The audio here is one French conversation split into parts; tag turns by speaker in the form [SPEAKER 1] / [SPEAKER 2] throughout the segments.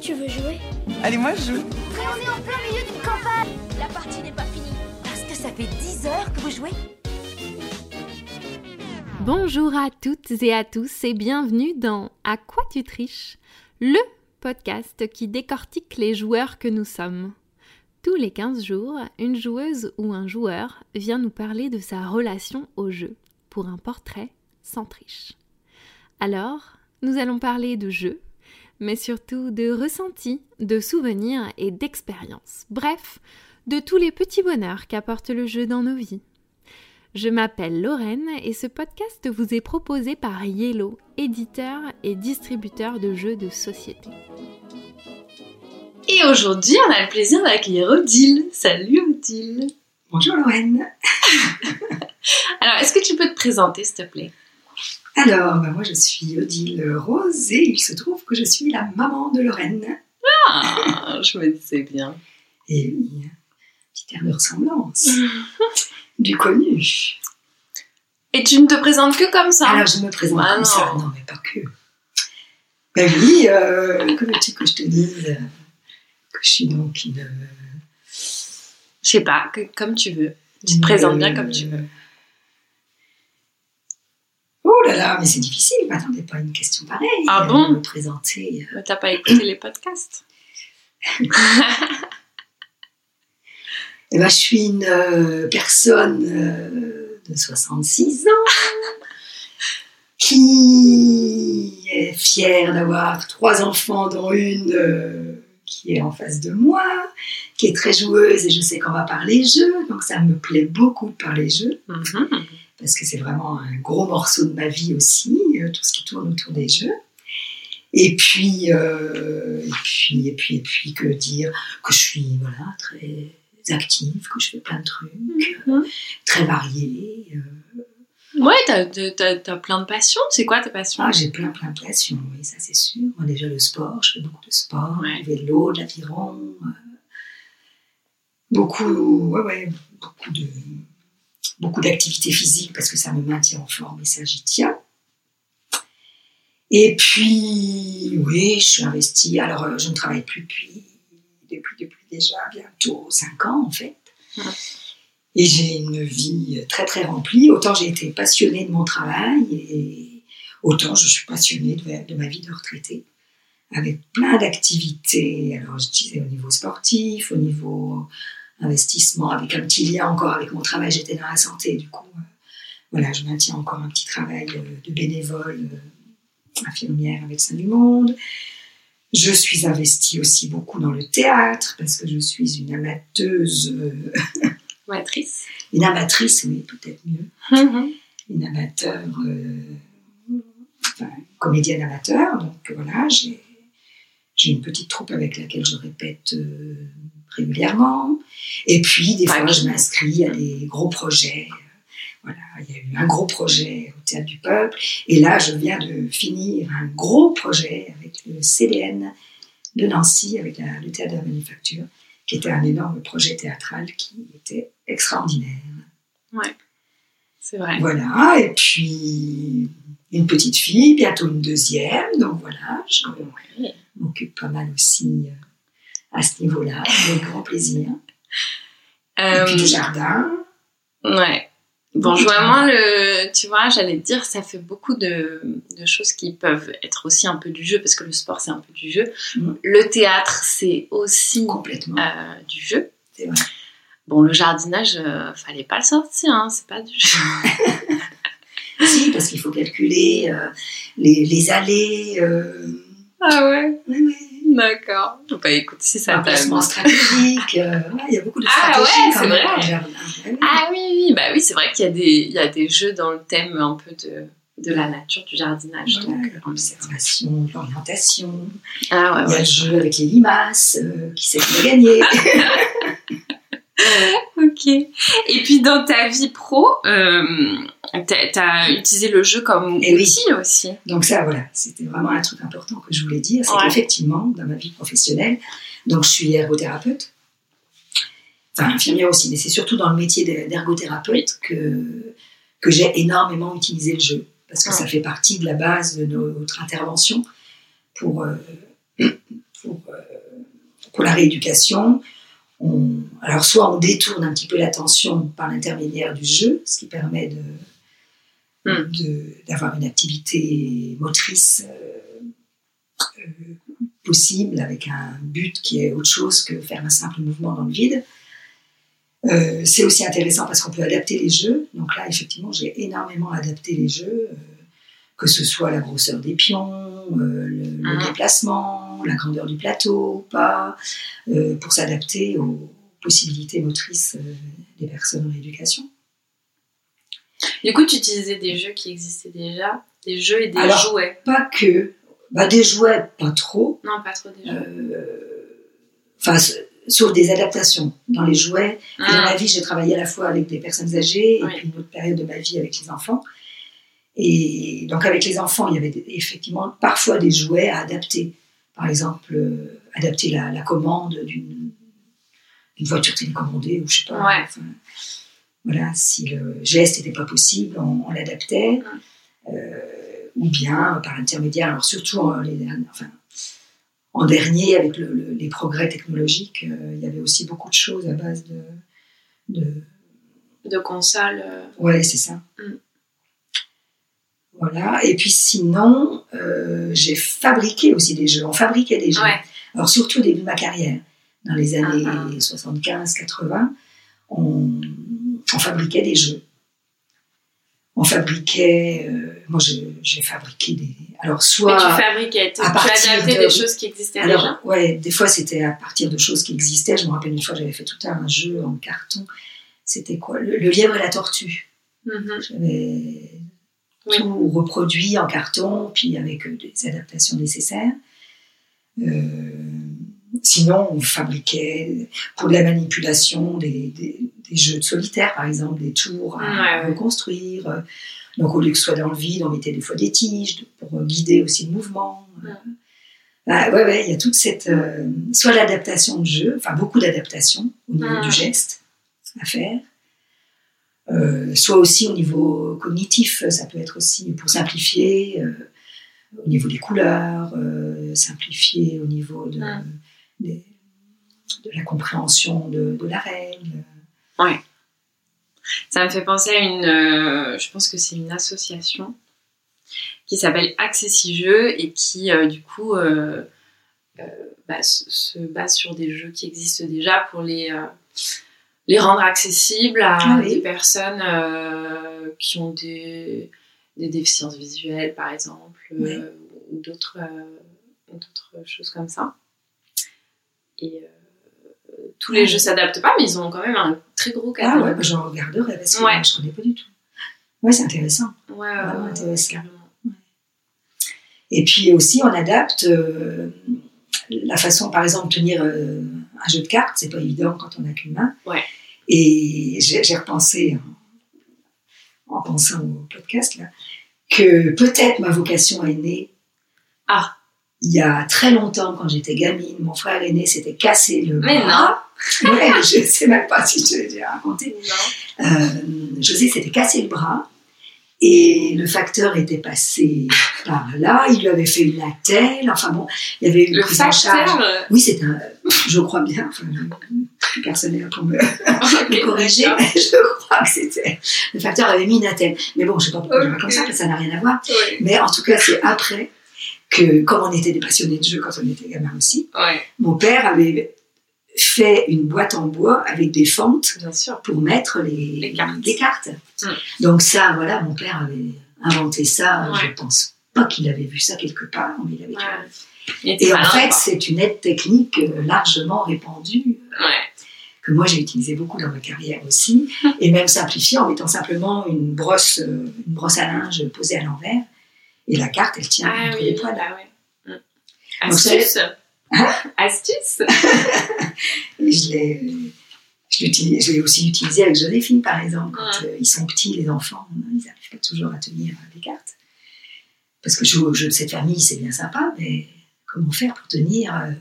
[SPEAKER 1] tu veux jouer
[SPEAKER 2] Allez, moi je joue.
[SPEAKER 1] Mais on est en plein milieu d'une campagne
[SPEAKER 3] La partie n'est pas finie.
[SPEAKER 4] Parce que ça fait 10 heures que vous jouez
[SPEAKER 5] Bonjour à toutes et à tous et bienvenue dans À quoi tu triches Le podcast qui décortique les joueurs que nous sommes. Tous les 15 jours, une joueuse ou un joueur vient nous parler de sa relation au jeu pour un portrait sans triche. Alors, nous allons parler de jeu, mais surtout de ressentis, de souvenirs et d'expériences. Bref, de tous les petits bonheurs qu'apporte le jeu dans nos vies. Je m'appelle Lorraine et ce podcast vous est proposé par Yellow, éditeur et distributeur de jeux de société.
[SPEAKER 6] Et aujourd'hui, on a le plaisir d'accueillir Odile. Salut Odile.
[SPEAKER 7] Bonjour Lorraine.
[SPEAKER 6] Alors, est-ce que tu peux te présenter, s'il te plaît
[SPEAKER 7] Alors, bah, moi je suis Odile Rose et il se trouve que je suis la maman de Lorraine.
[SPEAKER 6] Ah, je me disais bien.
[SPEAKER 7] Et oui, petite air de ressemblance. du connu.
[SPEAKER 6] Et tu ne te présentes que comme ça
[SPEAKER 7] Alors je me présente
[SPEAKER 6] Ah
[SPEAKER 7] comme
[SPEAKER 6] non.
[SPEAKER 7] ça, non mais pas que. Ben oui, euh, que veux-tu que je te dise euh, Que je suis donc une...
[SPEAKER 6] Je sais pas, que- comme tu veux. Tu te présentes bien comme tu veux.
[SPEAKER 7] Oh là là, mais c'est difficile, je m'attendais pas à une question pareille.
[SPEAKER 6] Ah
[SPEAKER 7] Euh,
[SPEAKER 6] bon
[SPEAKER 7] Me présenter... euh,
[SPEAKER 6] Mais T'as pas écouté les podcasts
[SPEAKER 7] Eh ben, je suis une euh, personne euh, de 66 ans qui est fière d'avoir trois enfants, dont une euh, qui est en face de moi, qui est très joueuse et je sais qu'on va parler jeux, donc ça me plaît beaucoup de parler jeux
[SPEAKER 6] Mhm.
[SPEAKER 7] parce que c'est vraiment un gros morceau de ma vie aussi, euh, tout ce qui tourne autour des jeux. Et puis, euh, et puis, et puis, et puis, que dire que je suis voilà très active, que je fais plein de trucs, euh,
[SPEAKER 6] Mhm.
[SPEAKER 7] très variés. euh.
[SPEAKER 6] Ouais, t'as as, plein de passions. C'est quoi tes passions
[SPEAKER 7] Ah, j'ai plein, plein de passions, oui, ça c'est sûr. Moi, déjà le sport, je fais beaucoup de sport,
[SPEAKER 6] Ouais.
[SPEAKER 7] du vélo, de l'aviron, euh, beaucoup, ouais, ouais, beaucoup de beaucoup d'activités physiques parce que ça me maintient en forme et ça j'y tiens. Et puis, oui, je suis investie. Alors, euh, je ne travaille plus depuis, depuis, depuis déjà bientôt 5 ans, en fait.
[SPEAKER 6] Ouais.
[SPEAKER 7] Et j'ai une vie très, très remplie. Autant j'ai été passionnée de mon travail, et autant je suis passionnée de, ma- de ma vie de retraitée, avec plein d'activités. Alors, je disais au niveau sportif, au niveau investissement, avec un petit lien encore avec mon travail. J'étais dans la santé, du coup, euh, voilà, je maintiens encore un petit travail euh, de bénévole. euh, infirmière à Médecins du Monde. Je suis investie aussi beaucoup dans le théâtre parce que je suis une amateuse, euh,
[SPEAKER 6] Matrice.
[SPEAKER 7] une amatrice, oui, peut-être mieux, Mm-hmm.
[SPEAKER 6] Mhm.
[SPEAKER 7] une amateur, euh, enfin, comédienne amateur. Donc voilà, j'ai j'ai une petite troupe avec laquelle je répète euh, régulièrement. Et puis, des
[SPEAKER 6] Ah
[SPEAKER 7] fois,
[SPEAKER 6] oui.
[SPEAKER 7] je m'inscris à des gros projets. Voilà, il y a eu un gros projet au Théâtre du Peuple. Et là, je viens de finir un gros projet avec le CDN de Nancy, avec la- le Théâtre de la Manufacture, qui était un énorme projet théâtral qui était extraordinaire.
[SPEAKER 6] C'est vrai.
[SPEAKER 7] Voilà, et puis une petite fille, bientôt une deuxième, donc voilà, je
[SPEAKER 6] Ouais.
[SPEAKER 7] m'occupe pas mal aussi euh, à ce niveau-là, avec grand plaisir. Et puis
[SPEAKER 6] Euh,
[SPEAKER 7] du jardin,
[SPEAKER 6] Ouais. Bon, je vois moins le. Tu vois, j'allais te dire, ça fait beaucoup de, de choses qui peuvent être aussi un peu du jeu, parce que le sport, c'est un peu du jeu.
[SPEAKER 7] Mm.
[SPEAKER 6] Le théâtre, c'est aussi
[SPEAKER 7] complètement.
[SPEAKER 6] euh, du jeu.
[SPEAKER 7] C'est vrai.
[SPEAKER 6] Bon, le jardinage, euh, fallait pas le sortir, hein, c'est pas du jeu.
[SPEAKER 7] Si, parce qu'il faut calculer euh, les, les allées, euh,
[SPEAKER 6] Ah ouais
[SPEAKER 7] ouais, ouais,
[SPEAKER 6] D'accord. Bah écoute, si ça
[SPEAKER 7] un
[SPEAKER 6] t'a.
[SPEAKER 7] placement stratégique, euh, ouais, il y a beaucoup de
[SPEAKER 6] Ah
[SPEAKER 7] stratégies
[SPEAKER 6] ouais,
[SPEAKER 7] quand
[SPEAKER 6] c'est
[SPEAKER 7] même
[SPEAKER 6] vrai.
[SPEAKER 7] dans le jardin. Ouais, ouais.
[SPEAKER 6] Ah oui, oui, bah oui, c'est vrai qu'il y, a des- il y a des jeux dans le thème un peu de, de la nature, du jardinage.
[SPEAKER 7] Voilà,
[SPEAKER 6] donc, euh,
[SPEAKER 7] L'observation, l'orientation,
[SPEAKER 6] ah ouais,
[SPEAKER 7] il y a
[SPEAKER 6] ouais.
[SPEAKER 7] le jeu avec les limaces, euh, qui sait qui va gagner.
[SPEAKER 6] Ok. Et puis dans ta vie pro, euh, t'as t'as utilisé le jeu comme
[SPEAKER 7] Eh oui.
[SPEAKER 6] outil aussi.
[SPEAKER 7] Donc ça, voilà, c'était vraiment un truc important que je voulais dire, c'est
[SPEAKER 6] Ouais.
[SPEAKER 7] qu'effectivement, dans ma vie professionnelle, donc je suis ergothérapeute, enfin infirmière aussi, mais c'est surtout dans le métier d'er- d'ergothérapeute que, que j'ai énormément utilisé le jeu, parce que
[SPEAKER 6] Ouais.
[SPEAKER 7] ça fait partie de la base de notre intervention pour, euh, pour euh, pour la rééducation, on, alors soit on détourne un petit peu l'attention par l'intermédiaire du jeu, ce qui permet de,
[SPEAKER 6] Mm.
[SPEAKER 7] de- d'avoir une activité motrice euh, euh, possible avec un but qui est autre chose que faire un simple mouvement dans le vide. Euh, c'est aussi intéressant parce qu'on peut adapter les jeux. Donc là, effectivement, j'ai énormément adapté les jeux, euh, que ce soit la grosseur des pions, euh, le, le
[SPEAKER 6] Mhm.
[SPEAKER 7] déplacement, la grandeur du plateau, pas, euh, pour s'adapter aux possibilités motrices euh, des personnes en rééducation.
[SPEAKER 6] Du coup, tu utilisais des jeux qui existaient déjà, des jeux et des
[SPEAKER 7] Alors-
[SPEAKER 6] jouets.
[SPEAKER 7] Pas que, bah, des jouets, pas trop,
[SPEAKER 6] Non, pas trop des jeux.
[SPEAKER 7] Euh, enfin, s- sauf des adaptations dans les jouets. Et Dans
[SPEAKER 6] Ah,
[SPEAKER 7] ma vie, j'ai travaillé à la fois avec des personnes âgées et
[SPEAKER 6] Oui.
[SPEAKER 7] puis une autre période de ma vie avec les enfants. Et donc, avec les enfants, il y avait des- effectivement parfois des jouets à adapter. Par exemple, euh, adapter la, la commande d'une d'une voiture télécommandée ou je sais pas.
[SPEAKER 6] Ouais.
[SPEAKER 7] Enfin, voilà, si le geste n'était pas possible, on, on l'adaptait. Euh, ou bien par intermédiaire, alors surtout en, les derni- enfin, en dernier, avec le- le- les progrès technologiques, euh, il y avait aussi beaucoup de choses à base de. de-
[SPEAKER 6] de console. euh,
[SPEAKER 7] Ouais, c'est ça.
[SPEAKER 6] Mm.
[SPEAKER 7] Voilà, et puis sinon, euh, j'ai fabriqué aussi des jeux. On fabriquait des jeux.
[SPEAKER 6] Ouais.
[SPEAKER 7] Alors, surtout au début de ma carrière, dans les années
[SPEAKER 6] Ah, ah.
[SPEAKER 7] 75-80, on, on fabriquait des jeux. On fabriquait. euh, moi, je- j'ai fabriqué des. Alors,
[SPEAKER 6] Mais
[SPEAKER 7] soit.
[SPEAKER 6] tu fabriquais, tu tu
[SPEAKER 7] à partir
[SPEAKER 6] adaptais
[SPEAKER 7] de-
[SPEAKER 6] des choses qui existaient déjà.
[SPEAKER 7] Alors, ouais, des fois, c'était à partir de choses qui existaient. Je me rappelle une fois, j'avais fait tout un jeu en carton. C'était quoi le, le lièvre et la tortue.
[SPEAKER 6] Mhm.
[SPEAKER 7] J'avais
[SPEAKER 6] Oui.
[SPEAKER 7] tout reproduit en carton, puis avec euh, des adaptations nécessaires. Euh, sinon, on fabriquait pour de la manipulation des, des- des jeux de solitaire, par exemple, des tours à, à
[SPEAKER 6] Ouais, ouais.
[SPEAKER 7] reconstruire. euh, Donc, au lieu que ce soit dans le vide, on mettait des fois des tiges pour euh, guider aussi le mouvement.
[SPEAKER 6] Ouais.
[SPEAKER 7] Ah, ouais, ouais, il y a toute cette. euh, soit l'adaptation de jeu, enfin beaucoup d'adaptations au niveau
[SPEAKER 6] Ouais.
[SPEAKER 7] du geste à faire, euh, soit aussi au niveau cognitif, ça peut être aussi pour simplifier euh, au niveau des couleurs, euh, simplifier au niveau de,
[SPEAKER 6] Ouais.
[SPEAKER 7] des- de la compréhension de, de la règle.
[SPEAKER 6] Ça me fait penser à une, euh, je pense que c'est une association qui s'appelle Accessi Jeux et qui euh, du coup euh, euh, bah, se se base sur des jeux qui existent déjà pour les euh, les rendre accessibles à
[SPEAKER 7] Ah oui.
[SPEAKER 6] des personnes euh, qui ont des, des déficiences visuelles par exemple euh,
[SPEAKER 7] Oui.
[SPEAKER 6] ou d'autres euh, d'autres choses comme ça. Et euh, tous les
[SPEAKER 7] Ouais.
[SPEAKER 6] jeux s'adaptent pas, mais ils ont quand même un très gros
[SPEAKER 7] Ah
[SPEAKER 6] catalogue.
[SPEAKER 7] ouais, bah, j'en regarderai parce que
[SPEAKER 6] Ouais.
[SPEAKER 7] moi, je ne connais pas du tout. Ouais, c'est intéressant.
[SPEAKER 6] Ouais,
[SPEAKER 7] Vraiment
[SPEAKER 6] ouais,
[SPEAKER 7] intéressant.
[SPEAKER 6] ouais, carrément.
[SPEAKER 7] Et puis aussi, on adapte euh, la façon, par exemple, de tenir euh, un jeu de cartes. C'est pas évident quand on n'a qu'une main.
[SPEAKER 6] Ouais.
[SPEAKER 7] Et j'ai j'ai repensé, en, en pensant au podcast, là, que peut-être ma vocation est née.
[SPEAKER 6] Ah.
[SPEAKER 7] Il y a très longtemps, quand j'étais gamine, mon frère aîné s'était cassé le
[SPEAKER 6] Mais
[SPEAKER 7] bras. Ouais, je ne sais même pas si je l'ai déjà raconté. Euh, José s'était cassé le bras et le facteur était passé par là. Il lui avait fait une attelle. Enfin bon, il y avait une
[SPEAKER 6] Le
[SPEAKER 7] prise en charge.
[SPEAKER 6] facteur. euh,
[SPEAKER 7] Oui, c'est un. Je crois bien. Enfin, je- personne n'est là pour me,
[SPEAKER 6] ok,
[SPEAKER 7] me corriger.
[SPEAKER 6] d'accord.
[SPEAKER 7] mais je crois que c'était. Le facteur avait mis une attelle. Mais bon, je ne sais pas pourquoi je vois comme ça, parce que ça n'a rien à voir.
[SPEAKER 6] Ouais.
[SPEAKER 7] Mais en tout cas, c'est après que, comme on était des passionnés de jeu quand on était gamin aussi,
[SPEAKER 6] Ouais,
[SPEAKER 7] mon père avait fait une boîte en bois avec des fentes
[SPEAKER 6] bien sûr.
[SPEAKER 7] pour mettre les,
[SPEAKER 6] Les cartes.
[SPEAKER 7] les cartes.
[SPEAKER 6] Mm.
[SPEAKER 7] Donc ça, voilà, mon père avait inventé ça.
[SPEAKER 6] Ouais.
[SPEAKER 7] Je pense pas qu'il avait vu ça quelque part, mais il avait
[SPEAKER 6] Ouais.
[SPEAKER 7] dû.
[SPEAKER 6] Il était
[SPEAKER 7] Et en
[SPEAKER 6] malin,
[SPEAKER 7] fait,
[SPEAKER 6] quoi.
[SPEAKER 7] c'est une aide technique euh, largement répandue
[SPEAKER 6] Ouais.
[SPEAKER 7] que moi j'ai utilisée beaucoup dans ma carrière aussi, et même simplifiée en mettant simplement une brosse, euh, une brosse à linge posée à l'envers, et la carte elle tient
[SPEAKER 6] Ah
[SPEAKER 7] entre les
[SPEAKER 6] oui,
[SPEAKER 7] poils.
[SPEAKER 6] bah ouais. Hum.
[SPEAKER 7] Donc, c'est-
[SPEAKER 6] Astuce. Astuce.
[SPEAKER 7] Et je l'ai, euh, je l'utilise- je l'ai aussi utilisé avec Joséphine, par exemple. Quand euh, ils sont petits, les enfants, hein, ils n'arrivent pas toujours à tenir euh, les cartes. Parce que jouer au jeu de cette famille, c'est bien sympa, mais comment faire pour tenir euh,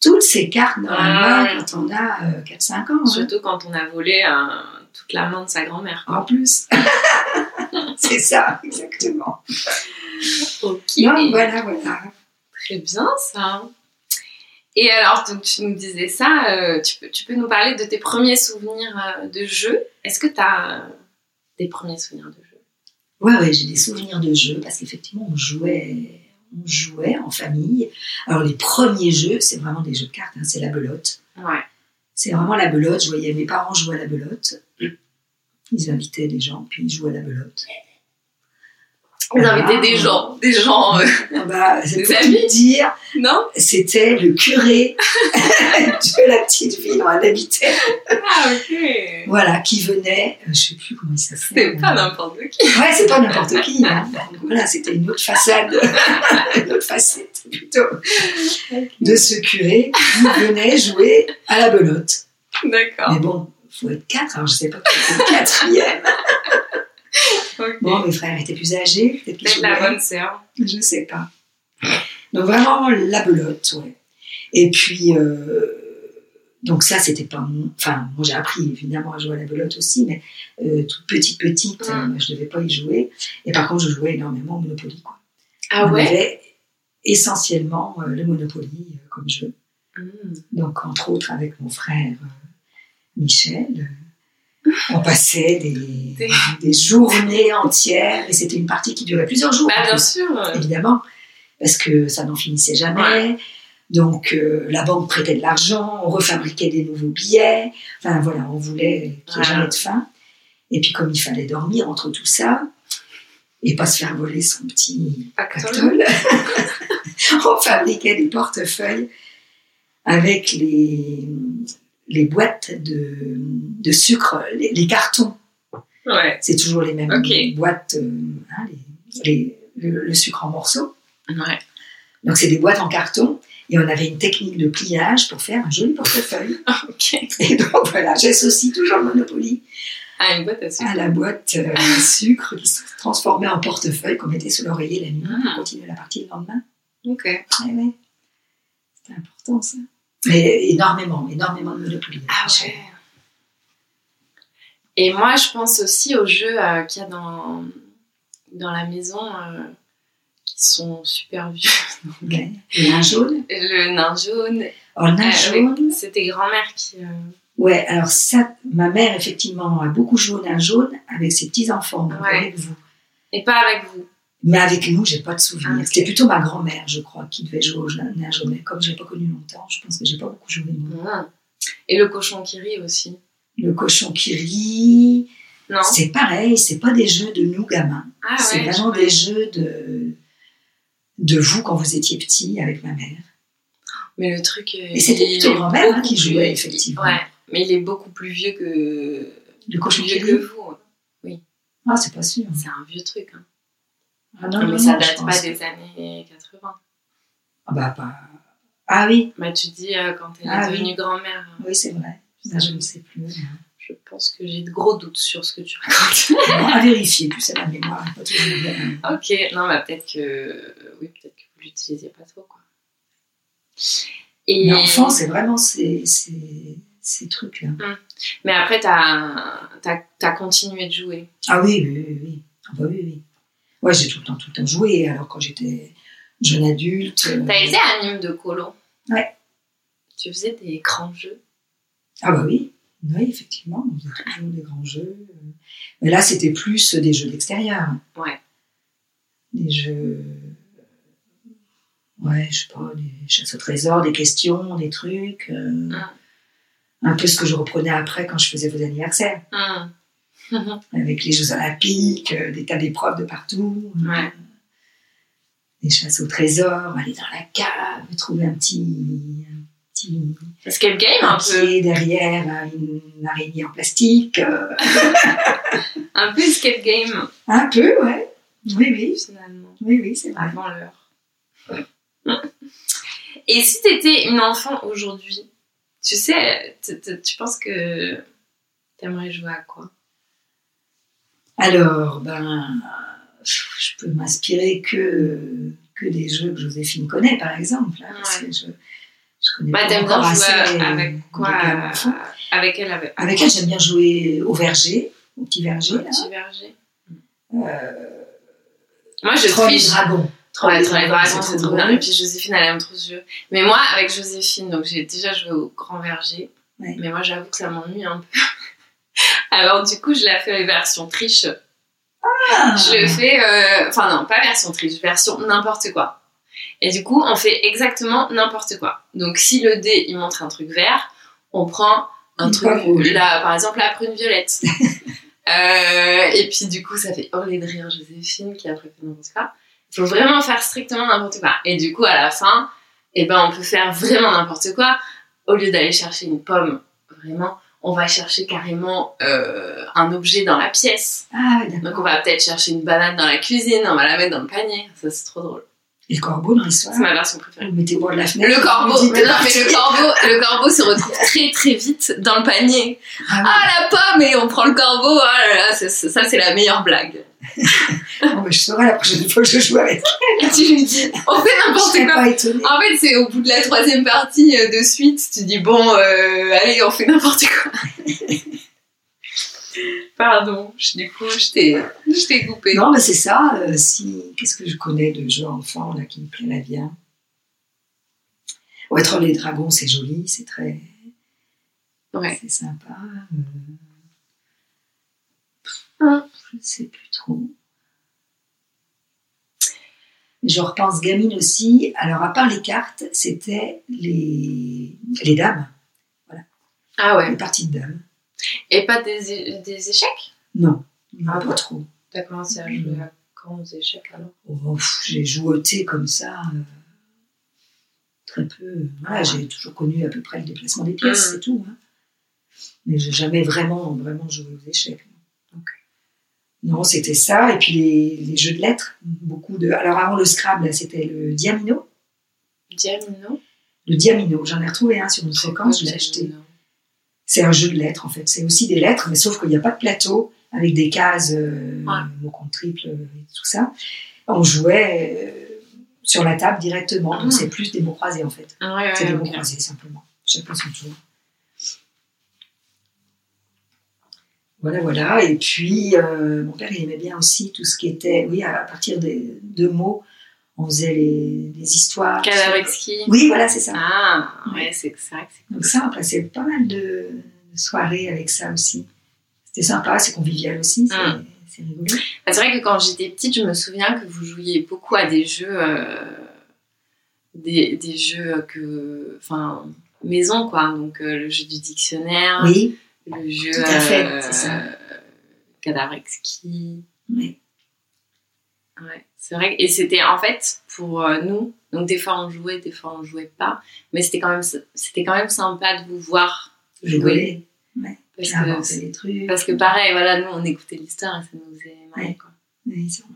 [SPEAKER 7] toutes ces cartes dans la
[SPEAKER 6] Ouais.
[SPEAKER 7] main quand on a euh, 4-5 ans hein,
[SPEAKER 6] Surtout quand on a volé euh, toute la main de sa grand-mère.
[SPEAKER 7] En plus. c'est ça, exactement.
[SPEAKER 6] Ok.
[SPEAKER 7] Non, voilà, voilà.
[SPEAKER 6] Très bien ça. Et alors, donc, tu nous disais ça, euh, tu, peux, tu peux nous parler de tes premiers souvenirs euh, de jeu. Est-ce que tu as des premiers souvenirs de jeu
[SPEAKER 7] Ouais, ouais, j'ai des souvenirs de jeux parce qu'effectivement, on jouait, on jouait en famille. Alors, les premiers jeux, c'est vraiment des jeux de cartes, hein, c'est la belote.
[SPEAKER 6] Ouais.
[SPEAKER 7] C'est vraiment la belote. Je voyais mes parents jouer à la belote. Ils invitaient des gens, puis ils jouaient à la belote.
[SPEAKER 6] Vous
[SPEAKER 7] Ah.
[SPEAKER 6] invitez des gens, des gens, euh,
[SPEAKER 7] Ah bah, c'est
[SPEAKER 6] Des
[SPEAKER 7] pour
[SPEAKER 6] amis.
[SPEAKER 7] tout dire,
[SPEAKER 6] non
[SPEAKER 7] c'était le curé de la petite ville où on habitait.
[SPEAKER 6] Ah, ok
[SPEAKER 7] Voilà, qui venait, euh, je sais plus comment il s'appelait.
[SPEAKER 6] C'était pas n'importe qui.
[SPEAKER 7] Ouais, c'est pas n'importe qui. hein. Voilà, c'était une autre façade, une autre facette plutôt, de ce curé qui venait jouer à la belote.
[SPEAKER 6] D'accord,
[SPEAKER 7] Mais bon, faut être quatre, alors je sais pas qui était le quatrième.
[SPEAKER 6] ok.
[SPEAKER 7] Bon, mes frères étaient plus âgés, peut-être qu'ils
[SPEAKER 6] Peut-être la
[SPEAKER 7] jouaient,
[SPEAKER 6] bonne sœur.
[SPEAKER 7] je sais pas. Donc vraiment la belote, ouais. Et puis, euh, donc ça, c'était pas mon... Enfin, moi j'ai appris évidemment à jouer à la belote aussi, mais euh, toute petite, petite,
[SPEAKER 6] Mm.
[SPEAKER 7] hein, je devais pas y jouer. Et par contre, je jouais énormément au Monopoly, quoi.
[SPEAKER 6] Ah
[SPEAKER 7] on
[SPEAKER 6] ouais
[SPEAKER 7] avait essentiellement euh, le Monopoly euh, comme jeu.
[SPEAKER 6] Hmm.
[SPEAKER 7] Donc, entre autres, avec mon frère euh, Michel, euh, on passait des,
[SPEAKER 6] Des-
[SPEAKER 7] des journées entières et c'était une partie qui durait plusieurs jours,
[SPEAKER 6] Bah,
[SPEAKER 7] en
[SPEAKER 6] bien
[SPEAKER 7] plus,
[SPEAKER 6] sûr
[SPEAKER 7] évidemment, parce que ça n'en finissait jamais. Donc, euh, la banque prêtait de l'argent, on refabriquait des nouveaux billets. Enfin, voilà, on voulait qu'il n'y
[SPEAKER 6] Ouais.
[SPEAKER 7] ait jamais de fin. Et puis, comme il fallait dormir entre tout ça, et pas se faire voler son petit
[SPEAKER 6] Pactole.
[SPEAKER 7] Pactole. on fabriquait des portefeuilles avec les, les boîtes de, de sucre, les, les cartons.
[SPEAKER 6] Ouais.
[SPEAKER 7] C'est toujours les mêmes
[SPEAKER 6] Ok.
[SPEAKER 7] boîtes, euh, hein, les- les- le, le sucre en morceaux.
[SPEAKER 6] Ouais.
[SPEAKER 7] Donc c'est des boîtes en carton. Et on avait une technique de pliage pour faire un joli portefeuille.
[SPEAKER 6] Ok.
[SPEAKER 7] Et donc voilà, j'associe toujours Monopoly
[SPEAKER 6] Ah, une boîte à sucre.
[SPEAKER 7] à la boîte euh, de sucre qui se transformait en portefeuille qu'on mettait sous l'oreiller la nuit pour
[SPEAKER 6] Ah.
[SPEAKER 7] continuer la partie le lendemain.
[SPEAKER 6] Ok.
[SPEAKER 7] Ouais, ouais. C'était important, ça. Mais énormément, énormément de Monopoly.
[SPEAKER 6] Ah ouais. Et moi, je pense aussi aux jeux euh, qu'il y a dans, dans la maison euh, qui sont super vieux.
[SPEAKER 7] Ouais. Le nain jaune
[SPEAKER 6] Le nain jaune.
[SPEAKER 7] Oh, le nain
[SPEAKER 6] Euh,
[SPEAKER 7] jaune
[SPEAKER 6] oui, C'était grand-mère qui. euh,
[SPEAKER 7] Ouais, alors ça, ma mère, effectivement, a beaucoup joué au nain jaune avec ses petits-enfants, donc
[SPEAKER 6] Ouais.
[SPEAKER 7] avec vous.
[SPEAKER 6] Et pas avec vous.
[SPEAKER 7] Mais avec nous, j'ai pas de souvenir.
[SPEAKER 6] Ah, ok.
[SPEAKER 7] C'était plutôt ma grand-mère, je crois, qui devait jouer au nain nain jaune. Mais Comme je l'ai pas connu longtemps, je pense que j'ai pas beaucoup joué. moi.
[SPEAKER 6] Mmh. Et le cochon qui rit aussi.
[SPEAKER 7] Le cochon qui rit,
[SPEAKER 6] Non
[SPEAKER 7] c'est pareil, c'est pas des jeux de nous, gamins.
[SPEAKER 6] Ah
[SPEAKER 7] c'est
[SPEAKER 6] ouais.
[SPEAKER 7] vraiment
[SPEAKER 6] ouais.
[SPEAKER 7] des jeux de, de vous quand vous étiez petit avec ma mère.
[SPEAKER 6] Mais le truc. euh,
[SPEAKER 7] Et c'était
[SPEAKER 6] il
[SPEAKER 7] plutôt
[SPEAKER 6] est
[SPEAKER 7] grand-mère, hein,
[SPEAKER 6] beaucoup
[SPEAKER 7] qui
[SPEAKER 6] plus-
[SPEAKER 7] jouait, effectivement.
[SPEAKER 6] Ouais. Mais il est beaucoup plus vieux que.
[SPEAKER 7] Le cochon
[SPEAKER 6] plus
[SPEAKER 7] qui
[SPEAKER 6] vieux que
[SPEAKER 7] rit
[SPEAKER 6] vous. hein.
[SPEAKER 7] Ah, c'est pas sûr.
[SPEAKER 6] C'est un vieux truc. hein.
[SPEAKER 7] Ah
[SPEAKER 6] Mais
[SPEAKER 7] non,
[SPEAKER 6] ça
[SPEAKER 7] non, je
[SPEAKER 6] date pas
[SPEAKER 7] pense.
[SPEAKER 6] des années 80.
[SPEAKER 7] Ah, bah, pas... ah oui,
[SPEAKER 6] Bah, tu dis euh, quand elle
[SPEAKER 7] Ah
[SPEAKER 6] est
[SPEAKER 7] oui.
[SPEAKER 6] devenue grand-mère. euh,
[SPEAKER 7] oui, c'est vrai. Ça, je ne sais plus.
[SPEAKER 6] Je pense que j'ai de gros doutes sur ce que tu racontes.
[SPEAKER 7] Bon, à vérifier, plus c'est la mémoire. pas toujours la bonne.
[SPEAKER 6] ok, non, bah, peut-être que. Oui, peut-être que vous l'utilisiez pas trop, quoi. Et...
[SPEAKER 7] Mais enfant, c'est vraiment ces, ces, ces trucs-là.
[SPEAKER 6] Mais après, t'as as, continué de jouer.
[SPEAKER 7] Ah oui, oui, oui, oui. Ah bah oui, oui. Ouais, j'ai tout le temps, tout le temps joué. Alors, quand j'étais jeune adulte. euh,
[SPEAKER 6] T'as été à Nîmes de Colo.
[SPEAKER 7] Ouais.
[SPEAKER 6] Tu faisais des grands jeux.
[SPEAKER 7] Ah bah oui, oui, effectivement, on faisait toujours des grands jeux. euh. Mais là, c'était plus des jeux d'extérieur.
[SPEAKER 6] Ouais.
[SPEAKER 7] Des jeux... euh, Ouais, je sais pas, des chasses au trésor, des questions, des trucs. euh,
[SPEAKER 6] Ah.
[SPEAKER 7] Un peu ce que je reprenais après quand je faisais vos anniversaires.
[SPEAKER 6] Hum.
[SPEAKER 7] Avec les Jeux Olympiques, euh, des tas d'épreuves de partout. euh,
[SPEAKER 6] Ouais.
[SPEAKER 7] Des chasses au trésor, aller dans la cave, trouver un petit... Un petit
[SPEAKER 6] Escape game,
[SPEAKER 7] un
[SPEAKER 6] un peu.
[SPEAKER 7] pied derrière euh, une araignée en plastique. euh,
[SPEAKER 6] Un peu escape game,
[SPEAKER 7] Un peu, ouais. Oui, oui,
[SPEAKER 6] finalement.
[SPEAKER 7] oui, oui, c'est vrai.
[SPEAKER 6] Avant l'heure. Et si t'étais une enfant aujourd'hui, tu sais, t- t- tu penses que t'aimerais jouer à quoi
[SPEAKER 7] Alors, ben, je peux m'inspirer que, que des jeux que Joséphine connaît, par exemple. hein, parce
[SPEAKER 6] Ouais.
[SPEAKER 7] que je, je connais
[SPEAKER 6] Bah
[SPEAKER 7] pas
[SPEAKER 6] t'aimes
[SPEAKER 7] encore
[SPEAKER 6] bien jouer
[SPEAKER 7] assez les- les
[SPEAKER 6] avec quoi
[SPEAKER 7] gammes enfants.
[SPEAKER 6] euh, Avec elle, avec,
[SPEAKER 7] Avec elle, j'aime bien jouer au verger, au petit verger,
[SPEAKER 6] un
[SPEAKER 7] là.
[SPEAKER 6] petit verger.
[SPEAKER 7] Euh,
[SPEAKER 6] Moi je
[SPEAKER 7] Troll et
[SPEAKER 6] triche.
[SPEAKER 7] dragon. trop
[SPEAKER 6] Ouais,
[SPEAKER 7] bien.
[SPEAKER 6] Troll et Dragon, c'est trop bien.
[SPEAKER 7] drôle.
[SPEAKER 6] Et puis Joséphine, elle aime trop ce jeu. Mais moi, avec Joséphine, donc j'ai déjà joué au Grand Verger.
[SPEAKER 7] Ouais.
[SPEAKER 6] Mais moi, j'avoue que ça m'ennuie un peu. Alors, du coup, je la fais version triche. Ah,
[SPEAKER 7] Ah,
[SPEAKER 6] Je le fais. euh, Enfin, non, pas version triche, version n'importe quoi. Et du coup, on fait exactement n'importe quoi. Donc, si le dé, il montre un truc vert, on prend un
[SPEAKER 7] Une
[SPEAKER 6] truc,
[SPEAKER 7] pomme rouge.
[SPEAKER 6] là, par exemple, la prune violette. Euh, et puis, du coup, ça fait hurler de rire Joséphine qui a fait n'importe quoi. Faut vraiment faire strictement n'importe quoi. Et du coup, à la fin, eh ben, on peut faire vraiment n'importe quoi. Au lieu d'aller chercher une pomme, vraiment, on va chercher carrément euh, un objet dans la pièce.
[SPEAKER 7] Ah, ouais, d'accord.
[SPEAKER 6] Donc on va peut-être chercher une banane dans la cuisine, on va la mettre dans le panier. Ça c'est trop drôle.
[SPEAKER 7] Et le corbeau dans l'histoire.
[SPEAKER 6] C'est ma version préférée.
[SPEAKER 7] Vous mettez au bord de la fenêtre.
[SPEAKER 6] Le corbeau,
[SPEAKER 7] vous dites,
[SPEAKER 6] mais non, mais
[SPEAKER 7] parti.
[SPEAKER 6] le corbeau, le corbeau se retrouve très très vite dans le panier.
[SPEAKER 7] Ah,
[SPEAKER 6] Ah la pomme et on prend le corbeau. Ah là là, c'est- c'est- ça c'est la meilleure blague.
[SPEAKER 7] oui. Bon, ben, je saurai la prochaine fois que je joue avec.
[SPEAKER 6] Et tu lui dis, on fait
[SPEAKER 7] Je
[SPEAKER 6] n'importe
[SPEAKER 7] serais
[SPEAKER 6] quoi.
[SPEAKER 7] pas étonnée.
[SPEAKER 6] En fait, c'est au bout de la troisième partie euh, de suite, tu dis bon, euh, allez, on fait n'importe quoi. Pardon, je- du coup, je t'ai, je t'ai coupé.
[SPEAKER 7] Non, mais c'est ça. euh, si... Qu'est-ce que je connais de jeux enfants là, qui me plaît la hein? bien Ouais, Troll et Dragons, c'est joli, c'est très.
[SPEAKER 6] Ouais. Mmh.
[SPEAKER 7] C'est sympa. euh,
[SPEAKER 6] Hein.
[SPEAKER 7] Je ne sais plus trop. Je repense gamine aussi. Alors, à part les cartes, c'était les, les dames,
[SPEAKER 6] Ah ouais.
[SPEAKER 7] les parties de dames.
[SPEAKER 6] Et pas des, é- des échecs
[SPEAKER 7] Non, non, pas trop.
[SPEAKER 6] T'as commencé à jouer à quand aux échecs alors
[SPEAKER 7] Oh, pff, j'ai jouoté comme ça euh, très peu. Voilà, j'ai toujours connu à peu près le déplacement des pièces,
[SPEAKER 6] Mm.
[SPEAKER 7] c'est tout. hein. Mais j'ai jamais vraiment, vraiment joué aux échecs. non. Non, c'était ça. Et puis les, les jeux de lettres, beaucoup de. Alors avant le Scrabble, là, c'était le Diamino.
[SPEAKER 6] Diamino
[SPEAKER 7] Le Diamino, j'en ai retrouvé un sur une fréquence, je l'ai acheté. C'est un jeu de lettres en fait. C'est aussi des lettres, mais sauf qu'il n'y a pas de plateau avec des cases, euh,
[SPEAKER 6] Ouais.
[SPEAKER 7] mots compte triple euh, et tout ça. On jouait euh, sur la table directement,
[SPEAKER 6] Ah.
[SPEAKER 7] donc c'est plus des mots croisés en fait.
[SPEAKER 6] Ah ouais,
[SPEAKER 7] C'est des
[SPEAKER 6] ouais,
[SPEAKER 7] mots
[SPEAKER 6] ok.
[SPEAKER 7] croisés simplement. Chacun son tour. Voilà, voilà. Et puis, euh, mon père, il aimait bien aussi tout ce qui était. Oui, à partir des deux mots, on faisait les, les histoires.
[SPEAKER 6] Kadariski.
[SPEAKER 7] Oui, voilà, c'est ça.
[SPEAKER 6] Ah, ouais, c'est ça. que c'est-
[SPEAKER 7] Donc ça, on passait pas mal de de soirées avec ça aussi. C'était sympa, c'est convivial aussi, c'est
[SPEAKER 6] Mm.
[SPEAKER 7] c'est rigolo.
[SPEAKER 6] Ah, C'est vrai que quand j'étais petite, je me souviens que vous jouiez beaucoup à des jeux. euh, des, des jeux que. Enfin, maison quoi. Donc euh, le jeu du dictionnaire,
[SPEAKER 7] Oui,
[SPEAKER 6] le jeu.
[SPEAKER 7] tout à fait,
[SPEAKER 6] euh,
[SPEAKER 7] c'est ça.
[SPEAKER 6] Kadariski.
[SPEAKER 7] mais
[SPEAKER 6] Ouais, c'est vrai. Et c'était en fait pour euh, nous. Donc des fois on jouait, des fois on jouait pas. Mais c'était quand même c'était quand même sympa de vous voir jouer.
[SPEAKER 7] rigoler,
[SPEAKER 6] Parce
[SPEAKER 7] inventer
[SPEAKER 6] que,
[SPEAKER 7] des trucs.
[SPEAKER 6] parce que pareil, voilà, nous on écoutait l'histoire et ça nous faisait marrer.
[SPEAKER 7] Ouais.
[SPEAKER 6] Quoi.
[SPEAKER 7] Oui, sûrement.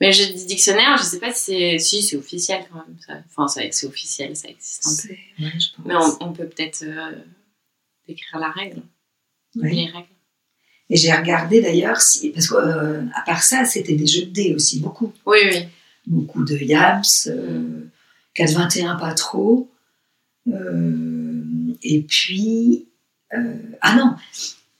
[SPEAKER 6] Mais je dis dictionnaire, je sais pas si c'est si c'est officiel quand même. Ça. Enfin ça- c'est officiel, ça existe un peu.
[SPEAKER 7] C'est- ouais, je pense.
[SPEAKER 6] Mais on, on peut peut-être euh, décrire la règle,
[SPEAKER 7] Ouais.
[SPEAKER 6] les règles.
[SPEAKER 7] Et j'ai regardé d'ailleurs, si, parce que euh, à part ça, c'était des jeux de dés aussi, beaucoup.
[SPEAKER 6] Oui, oui.
[SPEAKER 7] Beaucoup de Yams, euh, 4-21 pas trop. Euh, et puis, euh, ah non,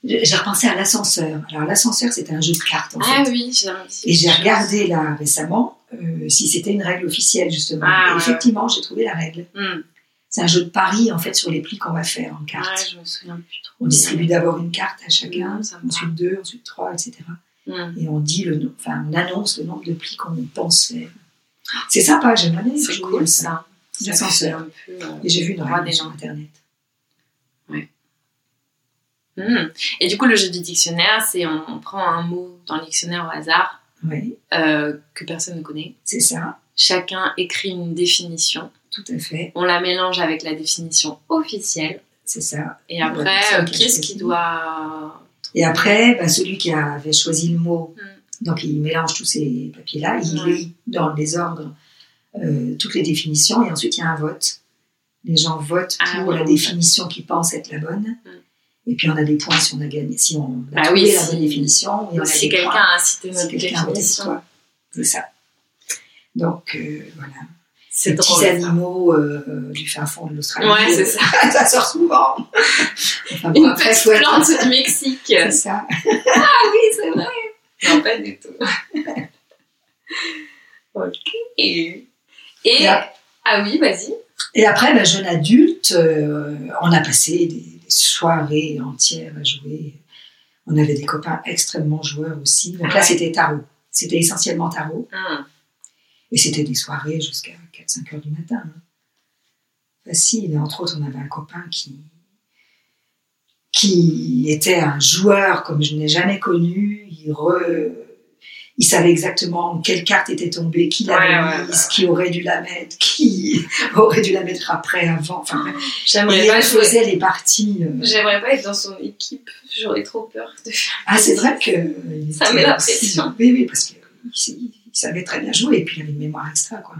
[SPEAKER 7] j'ai j'ai repensé à l'ascenseur. Alors l'ascenseur, c'était un jeu de cartes en fait.
[SPEAKER 6] Ah oui, j'ai un petit-
[SPEAKER 7] Et j'ai regardé là récemment euh, si c'était une règle officielle justement.
[SPEAKER 6] Ah,
[SPEAKER 7] Et
[SPEAKER 6] ouais.
[SPEAKER 7] effectivement, j'ai trouvé la règle.
[SPEAKER 6] Hmm.
[SPEAKER 7] C'est un jeu de paris en fait sur les plis qu'on va faire en
[SPEAKER 6] Ouais,
[SPEAKER 7] cartes.
[SPEAKER 6] je me souviens plus trop.
[SPEAKER 7] on distribue d'abord une carte à chacun,
[SPEAKER 6] Hmm, ça me
[SPEAKER 7] ensuite deux, ensuite trois, etc.
[SPEAKER 6] Hmm.
[SPEAKER 7] Et on dit le, nom- enfin on annonce le nombre de plis qu'on pense faire. C'est sympa, j'aimerais bien
[SPEAKER 6] C'est
[SPEAKER 7] jouer
[SPEAKER 6] cool
[SPEAKER 7] à ça.
[SPEAKER 6] ça.
[SPEAKER 7] L'ascenseur.
[SPEAKER 6] Ça fait un peu, euh,
[SPEAKER 7] Et j'ai vu une
[SPEAKER 6] droit
[SPEAKER 7] règle
[SPEAKER 6] des
[SPEAKER 7] sur
[SPEAKER 6] gens.
[SPEAKER 7] internet.
[SPEAKER 6] Hmm. Et du coup, le jeu du dictionnaire, c'est on, on prend un mot dans le dictionnaire au hasard
[SPEAKER 7] Oui,
[SPEAKER 6] euh, que personne ne connaît.
[SPEAKER 7] c'est ça,
[SPEAKER 6] Chacun écrit une définition.
[SPEAKER 7] tout à fait,
[SPEAKER 6] On la mélange avec la définition officielle.
[SPEAKER 7] c'est ça.
[SPEAKER 6] Et
[SPEAKER 7] Ouais,
[SPEAKER 6] après,
[SPEAKER 7] c'est
[SPEAKER 6] euh,
[SPEAKER 7] ok,
[SPEAKER 6] qui est-ce
[SPEAKER 7] c'est
[SPEAKER 6] qui
[SPEAKER 7] bon.
[SPEAKER 6] doit.
[SPEAKER 7] Et après, bah, celui qui avait choisi le mot,
[SPEAKER 6] Mm.
[SPEAKER 7] donc il mélange tous ces papiers-là, il
[SPEAKER 6] Ouais.
[SPEAKER 7] lit dans le désordre euh, toutes les définitions et ensuite il y a un vote. Les gens votent
[SPEAKER 6] Ah
[SPEAKER 7] pour
[SPEAKER 6] oui,
[SPEAKER 7] la
[SPEAKER 6] on
[SPEAKER 7] définition qu'ils pensent être la bonne. Et puis on a des points si on a gagné, si on a
[SPEAKER 6] Bah
[SPEAKER 7] trouvé
[SPEAKER 6] oui,
[SPEAKER 7] la
[SPEAKER 6] si-
[SPEAKER 7] bonne définition. Et on a
[SPEAKER 6] si
[SPEAKER 7] des
[SPEAKER 6] quelqu'un
[SPEAKER 7] points
[SPEAKER 6] a cité
[SPEAKER 7] si
[SPEAKER 6] notre
[SPEAKER 7] quelqu'un vote pour
[SPEAKER 6] définition.
[SPEAKER 7] toi. C'est ça. Donc euh, voilà.
[SPEAKER 6] C'est
[SPEAKER 7] Les petits
[SPEAKER 6] drôle. ça.
[SPEAKER 7] animaux euh, euh, du fin fond de l'Australie.
[SPEAKER 6] Ouais, c'est
[SPEAKER 7] euh,
[SPEAKER 6] ça.
[SPEAKER 7] ça sort souvent. Enfin, bon,
[SPEAKER 6] Une
[SPEAKER 7] après,
[SPEAKER 6] petite
[SPEAKER 7] faut être-
[SPEAKER 6] plante du Mexique.
[SPEAKER 7] C'est ça.
[SPEAKER 6] oui, c'est vrai. Non, pas du tout. Ok. Et, ah oui, vas-y.
[SPEAKER 7] Et après, ben, jeune adulte, euh, on a passé des, des soirées entières à jouer. On avait des copains extrêmement joueurs aussi. Donc
[SPEAKER 6] Ah
[SPEAKER 7] là,
[SPEAKER 6] ouais.
[SPEAKER 7] c'était tarot. C'était essentiellement tarot.
[SPEAKER 6] Hum.
[SPEAKER 7] Et c'était des soirées jusqu'à 4-5 heures du matin. hein. Facile. Et entre autres, on avait un copain qui, qui était un joueur comme je n'ai jamais connu. Il, re- il savait exactement quelle carte était tombée, qui l'avait
[SPEAKER 6] Ouais, ouais,
[SPEAKER 7] mise, qui aurait dû la mettre, qui aurait dû la mettre après, avant. Enfin, bref.
[SPEAKER 6] J'aimerais
[SPEAKER 7] Et
[SPEAKER 6] pas
[SPEAKER 7] il
[SPEAKER 6] jouer.
[SPEAKER 7] faisait les parties. euh,
[SPEAKER 6] J'aimerais pas être dans son équipe. J'aurais trop peur de faire.
[SPEAKER 7] Ah, c'est vrai que. euh, il
[SPEAKER 6] Ça
[SPEAKER 7] était
[SPEAKER 6] met la
[SPEAKER 7] aussi-
[SPEAKER 6] pression.
[SPEAKER 7] Oui, oui, parce qu'il il savait très bien jouer et puis il avait une mémoire extra, quoi.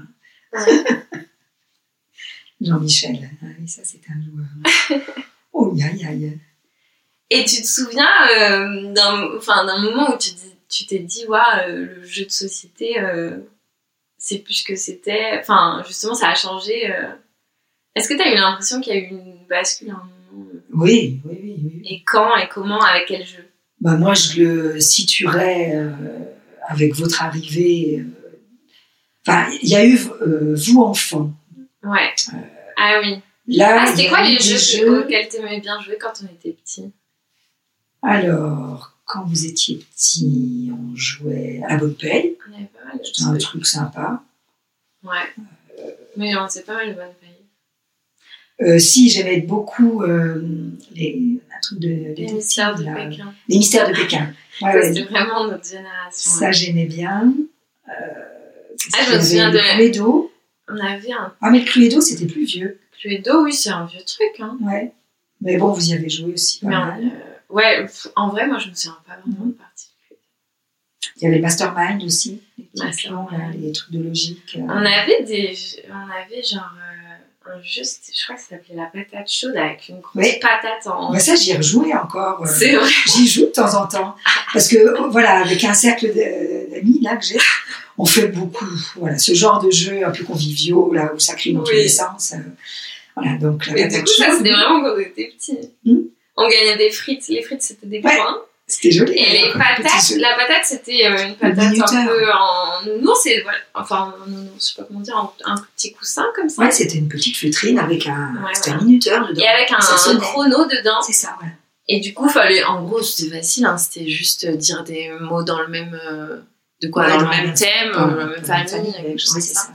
[SPEAKER 7] Jean-Michel, ah oui, ça c'est un joueur. Oh, aïe, aïe, aïe.
[SPEAKER 6] Et tu te souviens euh, d'un, enfin, d'un moment où tu, dis- tu t'es dit, waouh, euh, le jeu de société, euh, c'est plus ce que c'était. Enfin, justement, ça a changé. euh. Est-ce que t'as eu l'impression qu'il y a eu une bascule à un moment euh,
[SPEAKER 7] Oui, oui, oui. oui.
[SPEAKER 6] Et quand et comment Avec quel jeu
[SPEAKER 7] Bah, moi, je le situerais euh, avec votre arrivée. euh, Enfin, il y a eu euh, vous enfant.
[SPEAKER 6] Ouais. Ah oui.
[SPEAKER 7] Là,
[SPEAKER 6] Ah,
[SPEAKER 7] Euh, il y
[SPEAKER 6] c'était
[SPEAKER 7] a
[SPEAKER 6] quoi
[SPEAKER 7] eu
[SPEAKER 6] les
[SPEAKER 7] des
[SPEAKER 6] jeux, auxquels t'aimais bien jouer quand on était petit
[SPEAKER 7] Alors, quand vous étiez petit, on jouait à la bonne paye.
[SPEAKER 6] On avait pas mal de
[SPEAKER 7] C'était un Euh,
[SPEAKER 6] trucs.
[SPEAKER 7] truc sympa.
[SPEAKER 6] Ouais. Mais on sait pas mal de bonnes familles.
[SPEAKER 7] Euh, si, j'aimais beaucoup euh, les, un truc de,
[SPEAKER 6] Les
[SPEAKER 7] détective,
[SPEAKER 6] mystères de
[SPEAKER 7] là.
[SPEAKER 6] Pékin.
[SPEAKER 7] Les mystères de Pékin. Ouais,
[SPEAKER 6] Ça,
[SPEAKER 7] ouais.
[SPEAKER 6] c'était vraiment notre génération.
[SPEAKER 7] Ça, j'aimais bien. Euh,
[SPEAKER 6] Ah, je
[SPEAKER 7] j'avais
[SPEAKER 6] me souviens
[SPEAKER 7] le
[SPEAKER 6] de-
[SPEAKER 7] Cluedo.
[SPEAKER 6] On avait un
[SPEAKER 7] Ah, mais le Cluedo, c'était plus vieux.
[SPEAKER 6] Cluedo, oui, c'est un vieux truc. Hein.
[SPEAKER 7] Ouais. Mais bon, vous y avez joué aussi pas
[SPEAKER 6] Mais
[SPEAKER 7] mal. Mhm.
[SPEAKER 6] on- euh, ouais, pff, en vrai, moi, je me souviens pas vraiment de partie.
[SPEAKER 7] Il y avait Mastermind aussi. Les petits
[SPEAKER 6] Mastermind.
[SPEAKER 7] pions, là, les trucs de logique. euh.
[SPEAKER 6] On avait des, on avait genre euh, un jeu, c'était- je crois que ça s'appelait la patate chaude avec une grosse
[SPEAKER 7] Ouais.
[SPEAKER 6] patate en.
[SPEAKER 7] Bah, ça, j'y ai rejoué encore. euh.
[SPEAKER 6] C'est vrai.
[SPEAKER 7] J'y joue de temps en temps. Parce que, voilà, avec un cercle de- d'amis, là, que j'ai, on fait beaucoup, voilà, ce genre de jeu un peu conviviaux, là, où ça crie dans tous
[SPEAKER 6] Oui.
[SPEAKER 7] les sens. euh, voilà, donc, la
[SPEAKER 6] Mais du
[SPEAKER 7] patate
[SPEAKER 6] coup, ça,
[SPEAKER 7] chaude,
[SPEAKER 6] c'était vraiment quand on était petits.
[SPEAKER 7] Hmm.
[SPEAKER 6] On gagnait des frites. Les frites, c'était des
[SPEAKER 7] Ouais.
[SPEAKER 6] points.
[SPEAKER 7] c'était joli.
[SPEAKER 6] Et les
[SPEAKER 7] comme petit
[SPEAKER 6] patates,
[SPEAKER 7] jeu.
[SPEAKER 6] la patate, c'était euh, une patate un
[SPEAKER 7] minuteur.
[SPEAKER 6] peu en nounours. Et voilà. Enfin, en nounours, je sais pas comment dire, en- un petit coussin comme ça.
[SPEAKER 7] Ouais, c'était une petite feutrine avec un,
[SPEAKER 6] Ouais,
[SPEAKER 7] c'était
[SPEAKER 6] ouais.
[SPEAKER 7] un minuteur dedans.
[SPEAKER 6] Et avec un,
[SPEAKER 7] Ça
[SPEAKER 6] un
[SPEAKER 7] sonnait.
[SPEAKER 6] chrono dedans.
[SPEAKER 7] C'est ça, voilà.
[SPEAKER 6] Et du coup, fallait, en gros, c'était facile, hein, c'était juste dire des mots dans le même, euh, de quoi,
[SPEAKER 7] Ouais,
[SPEAKER 6] dans,
[SPEAKER 7] dans
[SPEAKER 6] le
[SPEAKER 7] la
[SPEAKER 6] même
[SPEAKER 7] même-
[SPEAKER 6] thème,
[SPEAKER 7] Dans-
[SPEAKER 6] dans la
[SPEAKER 7] dans
[SPEAKER 6] même
[SPEAKER 7] la
[SPEAKER 6] euh, famille,
[SPEAKER 7] famille,
[SPEAKER 6] quelque chose comme
[SPEAKER 7] ouais, c'est
[SPEAKER 6] ça.
[SPEAKER 7] ça.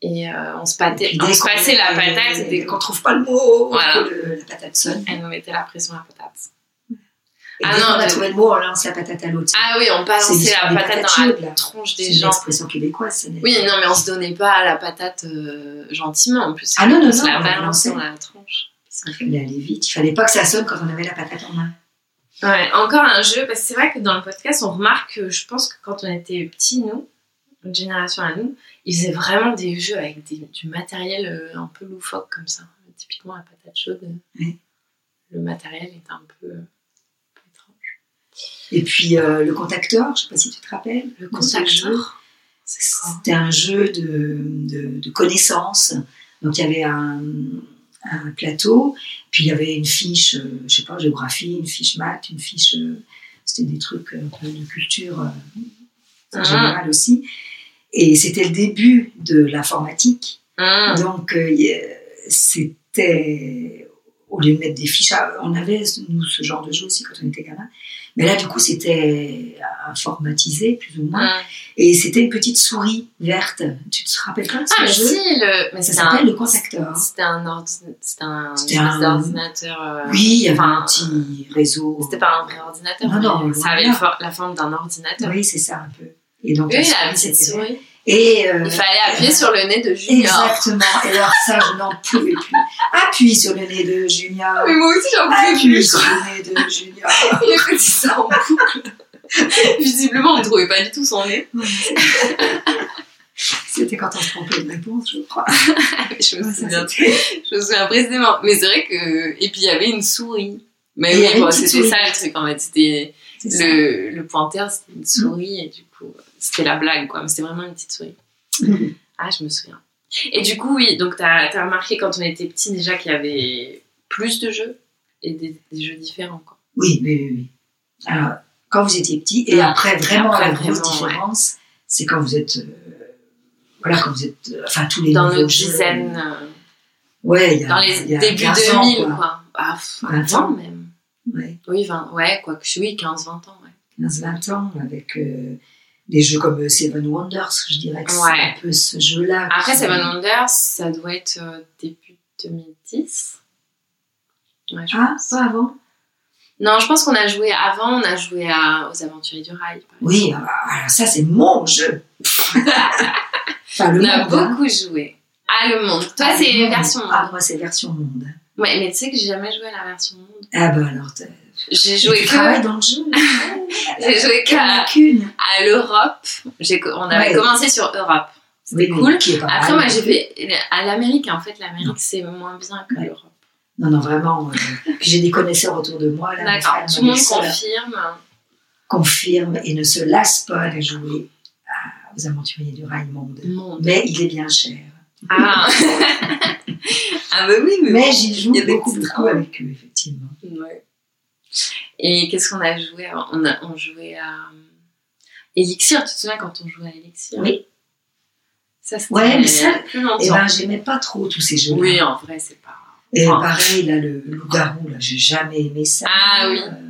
[SPEAKER 6] Et euh, on se
[SPEAKER 7] Et
[SPEAKER 6] battait,
[SPEAKER 7] puis,
[SPEAKER 6] on
[SPEAKER 7] dès
[SPEAKER 6] se
[SPEAKER 7] qu'on-
[SPEAKER 6] passait la patate,
[SPEAKER 7] dès
[SPEAKER 6] c'était
[SPEAKER 7] qu'on
[SPEAKER 6] quand
[SPEAKER 7] trouve pas le mot,
[SPEAKER 6] Voilà.
[SPEAKER 7] que le- la patate sonne.
[SPEAKER 6] elle nous mettait la pression à la patate.
[SPEAKER 7] Et
[SPEAKER 6] Ah
[SPEAKER 7] dès
[SPEAKER 6] non,
[SPEAKER 7] qu'on a
[SPEAKER 6] mais-
[SPEAKER 7] trouvé le mot, on lance la patate à l'autre.
[SPEAKER 6] Ah oui, on
[SPEAKER 7] C'est
[SPEAKER 6] balançait
[SPEAKER 7] l'histoire
[SPEAKER 6] la
[SPEAKER 7] des
[SPEAKER 6] patate
[SPEAKER 7] patates
[SPEAKER 6] dans la
[SPEAKER 7] chaudes, là.
[SPEAKER 6] tronche
[SPEAKER 7] c'est
[SPEAKER 6] des gens.
[SPEAKER 7] l'expression québécoise. ça n'est-
[SPEAKER 6] Oui, non, mais on se donnait pas la patate euh, gentiment, en plus.
[SPEAKER 7] Ah non, non,
[SPEAKER 6] on se
[SPEAKER 7] non,
[SPEAKER 6] la
[SPEAKER 7] on
[SPEAKER 6] balançait
[SPEAKER 7] balançait.
[SPEAKER 6] dans la tronche.
[SPEAKER 7] Il fallait aller vite. Il fallait pas que ça sonne quand on avait la patate en main.
[SPEAKER 6] Ouais, encore un jeu, parce que c'est vrai que dans le podcast, on remarque que je pense que quand on était petits, nous, une génération à nous, ils faisaient vraiment des jeux avec des- du matériel euh, un peu loufoque comme ça. Typiquement, la patate chaude, euh,
[SPEAKER 7] Ouais.
[SPEAKER 6] le matériel est un peu, euh, un peu étrange.
[SPEAKER 7] Et puis euh, le contacteur, je sais pas si tu te rappelles.
[SPEAKER 6] Le
[SPEAKER 7] Dans ce jeu,
[SPEAKER 6] contacteur, c'est quoi
[SPEAKER 7] C'était un jeu de, de, de connaissances. Donc il y avait un, un plateau, puis il y avait une fiche, euh, je sais pas, géographie, une fiche maths, une fiche. euh, c'était des trucs euh, un peu de culture euh, en
[SPEAKER 6] Ah.
[SPEAKER 7] général aussi. Et c'était le début de l'informatique.
[SPEAKER 6] Hum,
[SPEAKER 7] Donc, euh, y- euh, c'était. Au lieu de mettre des fiches, à- on avait, nous, ce genre de jeu aussi quand on était gamin. Mais là, du coup, c'était informatisé, plus ou moins.
[SPEAKER 6] hum.
[SPEAKER 7] Et c'était une petite souris verte. Tu te rappelles quand même ce
[SPEAKER 6] Ah, mais
[SPEAKER 7] jeu
[SPEAKER 6] si, le... mais
[SPEAKER 7] Ça
[SPEAKER 6] c'était un-
[SPEAKER 7] s'appelle le contacteur.
[SPEAKER 6] C'était un, ordina- c'était un
[SPEAKER 7] C'était
[SPEAKER 6] espèce
[SPEAKER 7] un-
[SPEAKER 6] d'ordinateur. euh,
[SPEAKER 7] Oui, il y avait
[SPEAKER 6] enfin,
[SPEAKER 7] un petit réseau.
[SPEAKER 6] C'était pas un vrai ordinateur.
[SPEAKER 7] Non, non,
[SPEAKER 6] mais
[SPEAKER 7] loin
[SPEAKER 6] ça avait
[SPEAKER 7] de là.
[SPEAKER 6] le for- la forme d'un ordinateur. euh,
[SPEAKER 7] Oui, c'est ça, un peu. Et donc,
[SPEAKER 6] Oui,
[SPEAKER 7] la
[SPEAKER 6] la
[SPEAKER 7] souris,
[SPEAKER 6] petite
[SPEAKER 7] c'était-
[SPEAKER 6] souris.
[SPEAKER 7] Et, euh,
[SPEAKER 6] Il fallait appuyer
[SPEAKER 7] euh,
[SPEAKER 6] sur le nez de Junior.
[SPEAKER 7] Exactement. Et alors, ça, je n'en pouvais plus. Appuie sur le nez de Junior.
[SPEAKER 6] Mais moi aussi j'en pouvais
[SPEAKER 7] Appuie
[SPEAKER 6] plus.
[SPEAKER 7] sur le nez de Junior.
[SPEAKER 6] Il écoutait ça en boucle. Visiblement, on ne trouvait pas du tout son nez.
[SPEAKER 7] C'était quand on se trompait de réponse, je crois.
[SPEAKER 6] Ah, Je me
[SPEAKER 7] Ouais, ça,
[SPEAKER 6] souviens,
[SPEAKER 7] c'était-
[SPEAKER 6] je me souviens précisément. Mais c'est vrai que. Et puis il y avait une souris. Mais
[SPEAKER 7] Il y
[SPEAKER 6] oui,
[SPEAKER 7] avait
[SPEAKER 6] bon,
[SPEAKER 7] une petite
[SPEAKER 6] c'était
[SPEAKER 7] souris.
[SPEAKER 6] ça le truc en fait. C'était
[SPEAKER 7] c'est ça. Mm.
[SPEAKER 6] le, le pointeur, c'était une souris et du coup, c'était la blague quoi. Mais c'était vraiment une petite souris.
[SPEAKER 7] Mhm.
[SPEAKER 6] Ah, je me souviens. Et du coup, oui, donc t'as as remarqué quand on était petit déjà qu'il y avait plus de jeux et des, des jeux différents quoi.
[SPEAKER 7] Oui, oui, oui, oui. Alors, quand vous étiez petit, et après, vraiment,
[SPEAKER 6] Ah, Après,
[SPEAKER 7] la grosse
[SPEAKER 6] vraiment, ouais.
[SPEAKER 7] différence, c'est quand vous êtes euh, voilà, quand vous êtes, euh, enfin tous les
[SPEAKER 6] Dans
[SPEAKER 7] niveaux
[SPEAKER 6] notre
[SPEAKER 7] de jeu.
[SPEAKER 6] dizaine, euh,
[SPEAKER 7] Ouais, il y a,
[SPEAKER 6] dans
[SPEAKER 7] il y
[SPEAKER 6] les
[SPEAKER 7] a
[SPEAKER 6] débuts
[SPEAKER 7] 15 ans,
[SPEAKER 6] 2000,
[SPEAKER 7] quoi.
[SPEAKER 6] quoi. Ah, pff,
[SPEAKER 7] 20
[SPEAKER 6] 20 ans
[SPEAKER 7] ans.
[SPEAKER 6] même.
[SPEAKER 7] Ouais,
[SPEAKER 6] Oui, 20, ouais, quoi que oui, 15, 20 ans, ouais.
[SPEAKER 7] 15-20 ans, avec euh, des jeux comme euh, Seven Wonders, je dirais que c'est
[SPEAKER 6] Ouais.
[SPEAKER 7] un peu ce jeu-là.
[SPEAKER 6] Après,
[SPEAKER 7] qui-
[SPEAKER 6] Seven Wonders, ça doit être euh, début 2010. Ouais, je
[SPEAKER 7] Ah,
[SPEAKER 6] pense.
[SPEAKER 7] pas avant
[SPEAKER 6] Non, je pense qu'on a joué avant, on a joué à- aux Aventuriers du Rail. par exemple.
[SPEAKER 7] Oui, ah, ah, ça c'est mon jeu Enfin, le
[SPEAKER 6] On a
[SPEAKER 7] monde, hein.
[SPEAKER 6] beaucoup joué. Ah, le monde. Toi,
[SPEAKER 7] Ah,
[SPEAKER 6] c'est
[SPEAKER 7] le monde.
[SPEAKER 6] version
[SPEAKER 7] Ah,
[SPEAKER 6] monde.
[SPEAKER 7] moi c'est version monde.
[SPEAKER 6] Ouais, mais tu sais que j'ai jamais joué à la version monde.
[SPEAKER 7] Ah bah alors, t'as-
[SPEAKER 6] J'ai
[SPEAKER 7] tu
[SPEAKER 6] joué que
[SPEAKER 7] travailles dans le jeu.
[SPEAKER 6] J'ai joué qu'à-
[SPEAKER 7] qu'une.
[SPEAKER 6] à l'Europe. J'ai co- On avait
[SPEAKER 7] Ouais.
[SPEAKER 6] commencé sur Europe. C'était
[SPEAKER 7] Oui, mais
[SPEAKER 6] cool.
[SPEAKER 7] qui est pas
[SPEAKER 6] Après,
[SPEAKER 7] mal.
[SPEAKER 6] moi, j'ai fait à l'Amérique. En fait, l'Amérique,
[SPEAKER 7] Non.
[SPEAKER 6] c'est moins bien que
[SPEAKER 7] Ouais.
[SPEAKER 6] l'Europe.
[SPEAKER 7] Non, non, vraiment. euh, puis j'ai des connaisseurs autour de moi. Là, mes
[SPEAKER 6] D'accord.
[SPEAKER 7] frères,
[SPEAKER 6] Tout
[SPEAKER 7] mes
[SPEAKER 6] le monde
[SPEAKER 7] sœurs,
[SPEAKER 6] confirme.
[SPEAKER 7] confirme et ne se lasse pas de jouer à- aux aventuriers du rail monde.
[SPEAKER 6] Monde.
[SPEAKER 7] Mais il est bien cher.
[SPEAKER 6] Ah. ah, bah oui, mais.
[SPEAKER 7] Mais j'y joue
[SPEAKER 6] il y a des
[SPEAKER 7] beaucoup,
[SPEAKER 6] petits
[SPEAKER 7] beaucoup
[SPEAKER 6] travaux.
[SPEAKER 7] avec eux, effectivement.
[SPEAKER 6] bon. Ouais. Et qu'est-ce qu'on a joué avant on, a, on jouait à. euh, Elixir, tu te souviens quand on jouait à Elixir
[SPEAKER 7] Oui.
[SPEAKER 6] Ça, c'était
[SPEAKER 7] Ouais, mais ça-
[SPEAKER 6] plus
[SPEAKER 7] Et
[SPEAKER 6] longtemps.
[SPEAKER 7] ben, j'aimais pas trop tous ces jeux-là.
[SPEAKER 6] Oui, en vrai, c'est pas.
[SPEAKER 7] Et
[SPEAKER 6] Ah.
[SPEAKER 7] pareil, là, le loup-garou, là, j'ai jamais aimé ça.
[SPEAKER 6] Ah oui.
[SPEAKER 7] Euh,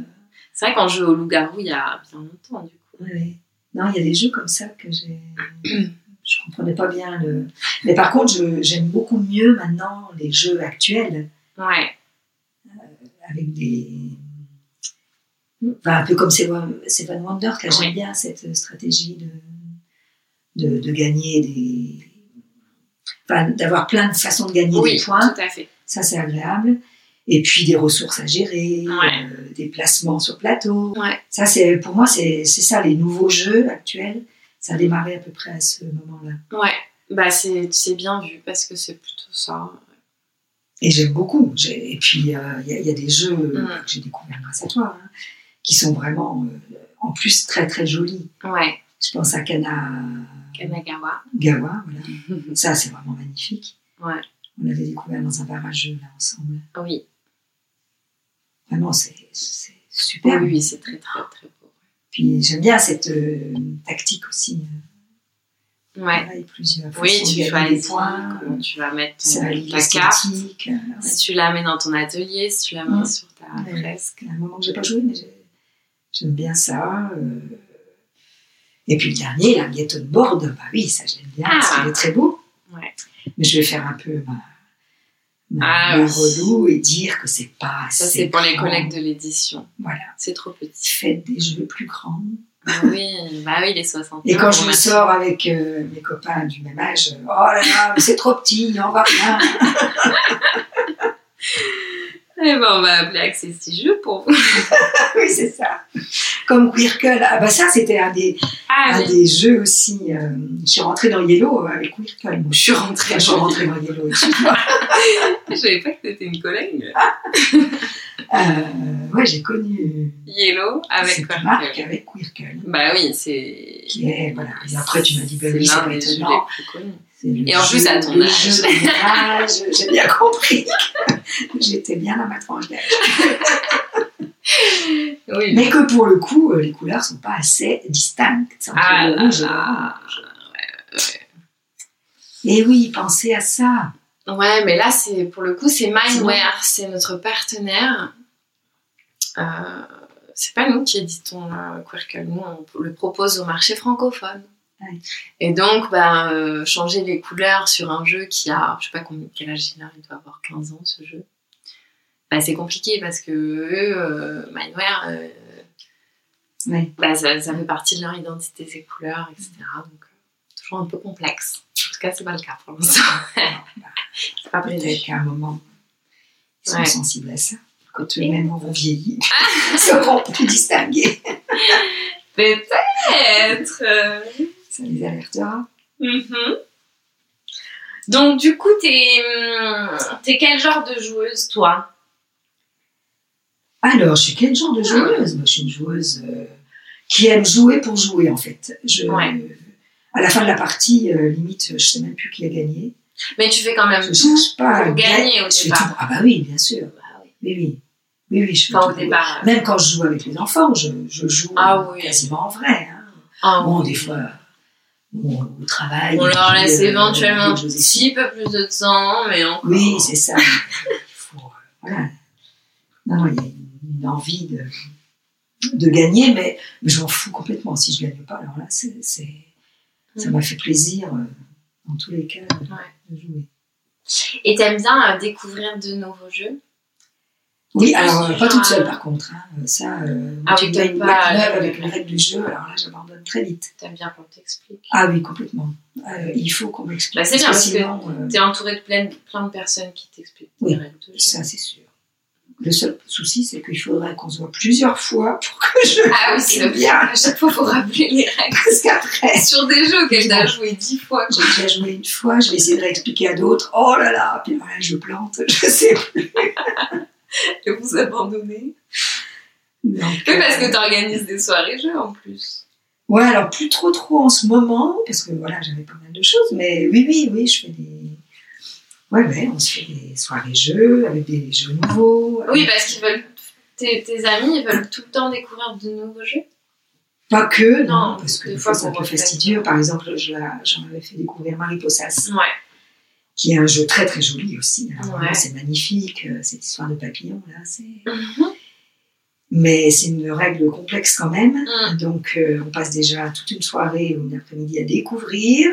[SPEAKER 6] C'est vrai qu'on jouait au loup-garou il y a bien longtemps, du coup.
[SPEAKER 7] ouais, ouais. Non, il y a des jeux comme ça que j'ai. je comprenais pas bien le. Mais par contre, je- j'aime beaucoup mieux maintenant les jeux actuels.
[SPEAKER 6] Ouais.
[SPEAKER 7] avec des. Enfin, un peu comme Seven Seven Wonders, car j'aime bien cette stratégie de, de, de gagner des. Enfin, d'avoir plein de façons de gagner
[SPEAKER 6] Oui,
[SPEAKER 7] des points.
[SPEAKER 6] tout à fait.
[SPEAKER 7] Ça, c'est agréable. Et puis des ressources à gérer,
[SPEAKER 6] Ouais.
[SPEAKER 7] euh, des placements sur plateau.
[SPEAKER 6] Ouais.
[SPEAKER 7] Ça, c'est, pour moi, c'est, c'est ça, les nouveaux jeux actuels. Ça a démarré à peu près à ce moment-là.
[SPEAKER 6] Ouais. Bah, c'est c'est bien vu parce que c'est plutôt ça.
[SPEAKER 7] Et j'aime beaucoup. J'ai- Et puis, il y, a- il y a- il y a des jeux
[SPEAKER 6] Mm.
[SPEAKER 7] que j'ai découverts grâce à toi, hein, qui sont vraiment, euh, en plus, très, très jolis.
[SPEAKER 6] Ouais.
[SPEAKER 7] Je pense à Kanagawa.
[SPEAKER 6] Kanagawa.
[SPEAKER 7] voilà. Ça, c'est vraiment magnifique.
[SPEAKER 6] Ouais.
[SPEAKER 7] On l'avait découvert dans un barrageux, là, ensemble.
[SPEAKER 6] Oui.
[SPEAKER 7] Vraiment, c'est c'est
[SPEAKER 6] Oui,
[SPEAKER 7] super.
[SPEAKER 6] oui, c'est très, très, très beau.
[SPEAKER 7] Puis, j'aime bien cette euh, tactique aussi.
[SPEAKER 6] Ouais.
[SPEAKER 7] Voilà, et plusieurs
[SPEAKER 6] Oui,
[SPEAKER 7] façons de
[SPEAKER 6] tu
[SPEAKER 7] gagner
[SPEAKER 6] choisis
[SPEAKER 7] des points.
[SPEAKER 6] comment tu vas mettre
[SPEAKER 7] Ça
[SPEAKER 6] ton,
[SPEAKER 7] allie
[SPEAKER 6] ta carte.
[SPEAKER 7] l'esthétique. euh, ouais.
[SPEAKER 6] Si tu la mets dans ton atelier, si tu la mets
[SPEAKER 7] Mm.
[SPEAKER 6] sur ta
[SPEAKER 7] Ouais.
[SPEAKER 6] fresque.
[SPEAKER 7] Il y a un moment que j'ai pas joué, mais j'ai- j'aime bien ça. euh. Et puis le dernier, la ghetto de board, bah oui, ça j'aime bien, parce
[SPEAKER 6] Ah.
[SPEAKER 7] qu'il est très beau.
[SPEAKER 6] Ouais.
[SPEAKER 7] Mais je vais faire un peu ma, ma-
[SPEAKER 6] Ah
[SPEAKER 7] ma
[SPEAKER 6] oui.
[SPEAKER 7] relou et dire que c'est pas
[SPEAKER 6] Ça,
[SPEAKER 7] assez
[SPEAKER 6] c'est pour les
[SPEAKER 7] grand.
[SPEAKER 6] collègues de l'édition.
[SPEAKER 7] Voilà.
[SPEAKER 6] C'est trop petit.
[SPEAKER 7] Faites des jeux plus grands.
[SPEAKER 6] Ah oui, bah oui, les 60
[SPEAKER 7] Et quand je me sors avec euh, mes copains du même âge, oh là là, mais c'est trop petit, on va rien.
[SPEAKER 6] Eh ben, on va appeler Accessi Jeux pour vous.
[SPEAKER 7] oui, c'est ça. Comme Quirkle. Ah bah ça, c'était un des,
[SPEAKER 6] Ah
[SPEAKER 7] un
[SPEAKER 6] oui.
[SPEAKER 7] des jeux aussi. euh, je suis rentrée dans Yellow euh, avec Quirkle. moi.
[SPEAKER 6] Je suis rentrée.
[SPEAKER 7] Enfin, je suis rentrée dans Yellow. excuse-moi.
[SPEAKER 6] Je savais pas que t'étais une collègue.
[SPEAKER 7] Ah. Euh, ouais, j'ai connu
[SPEAKER 6] Yellow avec
[SPEAKER 7] cette
[SPEAKER 6] Quirkle.
[SPEAKER 7] marque avec Quirkle.
[SPEAKER 6] Bah oui, c'est.
[SPEAKER 7] Qui est, voilà. Et après, tu m'as dit, bah
[SPEAKER 6] l'un
[SPEAKER 7] oui, c'est
[SPEAKER 6] des jeux
[SPEAKER 7] maintenant.
[SPEAKER 6] les plus connus.
[SPEAKER 7] C'est le
[SPEAKER 6] Et en plus,
[SPEAKER 7] jeu-
[SPEAKER 6] à ton
[SPEAKER 7] le
[SPEAKER 6] âge.
[SPEAKER 7] jeu de mon âge, j'ai bien compris. J'étais bien à ma tranche d'âge.
[SPEAKER 6] Oui.
[SPEAKER 7] Mais que pour le coup, euh, les couleurs sont pas assez distinctes entre
[SPEAKER 6] Ah
[SPEAKER 7] le
[SPEAKER 6] là
[SPEAKER 7] rouge et le
[SPEAKER 6] là.
[SPEAKER 7] orange. Et oui, pensez à ça.
[SPEAKER 6] Ouais, mais là, c'est pour le coup, c'est
[SPEAKER 7] Sinon-
[SPEAKER 6] Mindware, c'est notre partenaire. Euh, c'est pas nous qui éditons euh, Quirkle, nous on le propose au marché francophone.
[SPEAKER 7] Ouais.
[SPEAKER 6] Et donc, bah, euh, changer les couleurs sur un jeu qui a, je sais pas combien, quel âge il a, il doit avoir 15 ans ce jeu. Bah, c'est compliqué parce que eux, euh, Mindware, euh,
[SPEAKER 7] Ouais.
[SPEAKER 6] bah, ça, ça fait partie de leur identité, ces couleurs, etc. Donc, euh, toujours un peu complexe. En tout cas, c'est pas le cas pour l'instant. c'est pas prévu.
[SPEAKER 7] Peut-être qu'à un moment, ils sont
[SPEAKER 6] Ouais.
[SPEAKER 7] sensibles à ça. Quand
[SPEAKER 6] Et- Ah.
[SPEAKER 7] eux-mêmes auront vieilli, ils seront plus distingués.
[SPEAKER 6] Peut-être. euh,
[SPEAKER 7] Ça les alertera.
[SPEAKER 6] mhm. Donc du coup, t'es hum, t'es quel genre de joueuse toi
[SPEAKER 7] Alors, je suis quel genre
[SPEAKER 6] Ah.
[SPEAKER 7] de joueuse Moi, je suis une joueuse euh, qui aime jouer pour jouer, en fait. Je, euh,
[SPEAKER 6] Ouais.
[SPEAKER 7] à la fin de la partie, euh, limite, je ne sais même plus qui a gagné.
[SPEAKER 6] Mais tu fais quand même
[SPEAKER 7] Je ne
[SPEAKER 6] tout.
[SPEAKER 7] cherche pas à
[SPEAKER 6] pour gagner au
[SPEAKER 7] je fais
[SPEAKER 6] départ.
[SPEAKER 7] tout- Ah bah oui, bien sûr.
[SPEAKER 6] Bah oui.
[SPEAKER 7] Oui, oui. Oui, oui, je fais
[SPEAKER 6] Enfin, au
[SPEAKER 7] tout pour-
[SPEAKER 6] départ.
[SPEAKER 7] Même quand je joue avec les enfants, je, je joue
[SPEAKER 6] Ah oui.
[SPEAKER 7] quasiment en vrai. hein.
[SPEAKER 6] Ah,
[SPEAKER 7] Bon,
[SPEAKER 6] oui.
[SPEAKER 7] des fois, on, on travaille.
[SPEAKER 6] On
[SPEAKER 7] et
[SPEAKER 6] leur
[SPEAKER 7] puis,
[SPEAKER 6] laisse
[SPEAKER 7] euh,
[SPEAKER 6] éventuellement un
[SPEAKER 7] je vous ai-
[SPEAKER 6] petit peu plus de temps, mais encore.
[SPEAKER 7] Oui, c'est ça. Il faut, euh, voilà. Non, il y a une, une envie de, de gagner, mais, mais je m'en fous complètement. Si je ne gagne pas, alors là, c'est, c'est- ça
[SPEAKER 6] Mm.
[SPEAKER 7] m'a fait plaisir, euh, en tous les cas, euh, de jouer.
[SPEAKER 6] Et t'aimes bien euh, découvrir de nouveaux jeux
[SPEAKER 7] Oui, alors euh, pas toute seule par contre. hein. Euh, Ça, euh,
[SPEAKER 6] Ah
[SPEAKER 7] tu
[SPEAKER 6] oui,
[SPEAKER 7] me
[SPEAKER 6] t'aimes
[SPEAKER 7] donnes une
[SPEAKER 6] pas,
[SPEAKER 7] boîte
[SPEAKER 6] euh,
[SPEAKER 7] neuve
[SPEAKER 6] le-
[SPEAKER 7] avec une règle du jeu, alors là, j'abandonne très vite.
[SPEAKER 6] T'aimes bien qu'on t'explique
[SPEAKER 7] Ah oui, complètement. Euh, il faut qu'on m'explique.
[SPEAKER 6] Bah, c'est bien, parce que
[SPEAKER 7] sinon, euh,
[SPEAKER 6] T'es entouré de plein, plein de personnes qui t'expliquent tes
[SPEAKER 7] Oui.
[SPEAKER 6] règles de jeu.
[SPEAKER 7] ça, c'est sûr. Le seul souci, c'est qu'il faudrait qu'on se voit plusieurs fois pour que je
[SPEAKER 6] Ah oui, c'est
[SPEAKER 7] comprenne bien.
[SPEAKER 6] À chaque fois, faut rappeler les règles.
[SPEAKER 7] Parce qu'après,
[SPEAKER 6] Sur des jeux auxquels t'as joué dix fois.
[SPEAKER 7] J'ai déjà joué une fois, je vais essayer de réexpliquer à d'autres. Oh là là, puis voilà, je plante, je sais pas.
[SPEAKER 6] que vous abandonnez.
[SPEAKER 7] Donc,
[SPEAKER 6] Que parce
[SPEAKER 7] euh,
[SPEAKER 6] que t'organises des soirées jeux en plus.
[SPEAKER 7] Ouais, alors plus trop trop en ce moment, parce que voilà, j'avais pas mal de choses, mais oui, oui, oui, je fais des. Ouais, ouais, on se fait des soirées jeux avec des jeux nouveaux.
[SPEAKER 6] Oui, parce qu'ils veulent. Tes, tes amis, ils veulent tout le temps découvrir de nouveaux jeux.
[SPEAKER 7] Pas que, non,
[SPEAKER 6] Non,
[SPEAKER 7] parce que
[SPEAKER 6] des
[SPEAKER 7] des
[SPEAKER 6] fois,
[SPEAKER 7] fois c'est un
[SPEAKER 6] qu'on
[SPEAKER 7] peu
[SPEAKER 6] refait.
[SPEAKER 7] fastidieux. Par exemple, je la- j'en avais fait découvrir Marie Possas,
[SPEAKER 6] Ouais.
[SPEAKER 7] qui est un jeu très très joli aussi. Alors,
[SPEAKER 6] Ouais.
[SPEAKER 7] vraiment, C'est magnifique, euh, cette histoire de papillon là, c'est.
[SPEAKER 6] Mhm.
[SPEAKER 7] Mais c'est une règle complexe quand même.
[SPEAKER 6] Mm.
[SPEAKER 7] Donc, euh, on passe déjà toute une soirée ou une après-midi à découvrir.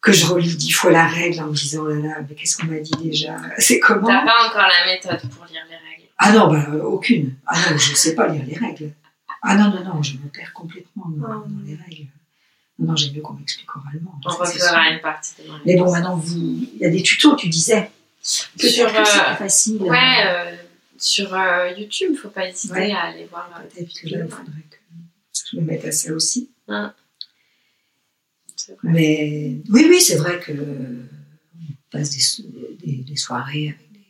[SPEAKER 7] Que je relis dix fois la règle en me disant, oh là là, mais qu'est-ce qu'on m'a dit déjà C'est
[SPEAKER 6] T'as
[SPEAKER 7] comment
[SPEAKER 6] pas encore la méthode pour lire les règles.
[SPEAKER 7] Ah non, bah, euh, aucune. Ah non, je ne sais pas lire les règles. Ah non, non, non, je me perds complètement dans,
[SPEAKER 6] Oh.
[SPEAKER 7] dans les règles. Non, non, j'aime mieux qu'on m'explique oralement.
[SPEAKER 6] On
[SPEAKER 7] Ça, c'est
[SPEAKER 6] refera
[SPEAKER 7] sûr.
[SPEAKER 6] une partie de
[SPEAKER 7] Mais bon, maintenant, vous... il y a des tutos, tu disais.
[SPEAKER 6] Sur,
[SPEAKER 7] Sur,
[SPEAKER 6] euh,
[SPEAKER 7] c'est pas facile.
[SPEAKER 6] Ouais, euh, sur euh, YouTube, faut pas hésiter
[SPEAKER 7] Ouais.
[SPEAKER 6] à aller voir. euh,
[SPEAKER 7] Peut-être que là, il faudrait que je me mette à ça aussi.
[SPEAKER 6] Hum. C'est vrai.
[SPEAKER 7] Mais oui, oui, c'est vrai que on passe des, so- des- des soirées avec des,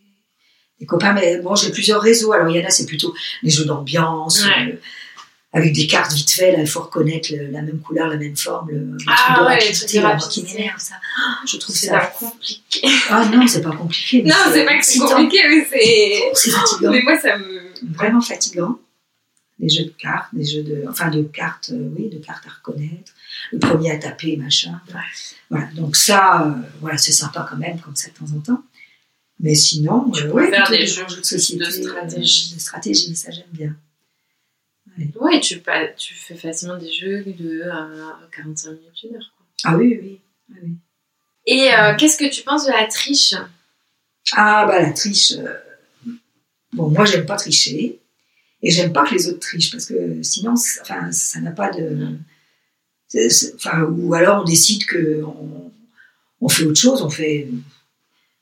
[SPEAKER 7] des copains. Mais bon, j'ai plusieurs réseaux. Alors, il y en a, c'est plutôt les jeux d'ambiance,
[SPEAKER 6] Ouais.
[SPEAKER 7] euh, avec des cartes vite fait. Là, il faut reconnaître le- la même couleur, la même forme. Le, le
[SPEAKER 6] Ah
[SPEAKER 7] truc de
[SPEAKER 6] ouais, les
[SPEAKER 7] rapidité,
[SPEAKER 6] trucs de
[SPEAKER 7] là, moi,
[SPEAKER 6] rapidité.
[SPEAKER 7] qui m'énerve, ça. Ah, Je trouve
[SPEAKER 6] C'est pas
[SPEAKER 7] ça.
[SPEAKER 6] compliqué.
[SPEAKER 7] Ah non, c'est pas compliqué. mais
[SPEAKER 6] Non, c'est pas que c'est
[SPEAKER 7] excitant.
[SPEAKER 6] compliqué, mais c'est.
[SPEAKER 7] C'est fatigant
[SPEAKER 6] Mais moi, ça me.
[SPEAKER 7] vraiment fatigant. Des jeux de cartes, des jeux de. Enfin, de cartes, euh, oui, de cartes à reconnaître. Le premier à taper, machin.
[SPEAKER 6] Ouais.
[SPEAKER 7] Voilà, donc ça, euh, voilà, c'est sympa quand même, comme ça de temps en temps. Mais sinon,
[SPEAKER 6] Tu
[SPEAKER 7] euh,
[SPEAKER 6] peux
[SPEAKER 7] ouais,
[SPEAKER 6] faire
[SPEAKER 7] plutôt
[SPEAKER 6] des jeux
[SPEAKER 7] jeux
[SPEAKER 6] de stratégie.
[SPEAKER 7] euh, de stratégie, ça j'aime bien.
[SPEAKER 6] Ouais, tu, pas, tu fais facilement des jeux de euh, 45 minutes, une heure. quoi.
[SPEAKER 7] Ah oui, oui, oui. oui, oui.
[SPEAKER 6] Et euh, qu'est-ce que tu penses de la triche
[SPEAKER 7] Ah, bah la triche. euh, Bon, moi, j'aime pas tricher. Et j'aime pas que les autres trichent, parce que sinon, c'est- enfin, ça n'a pas de. c'est- c'est- Enfin, ou alors on décide que on, on fait autre chose, on fait.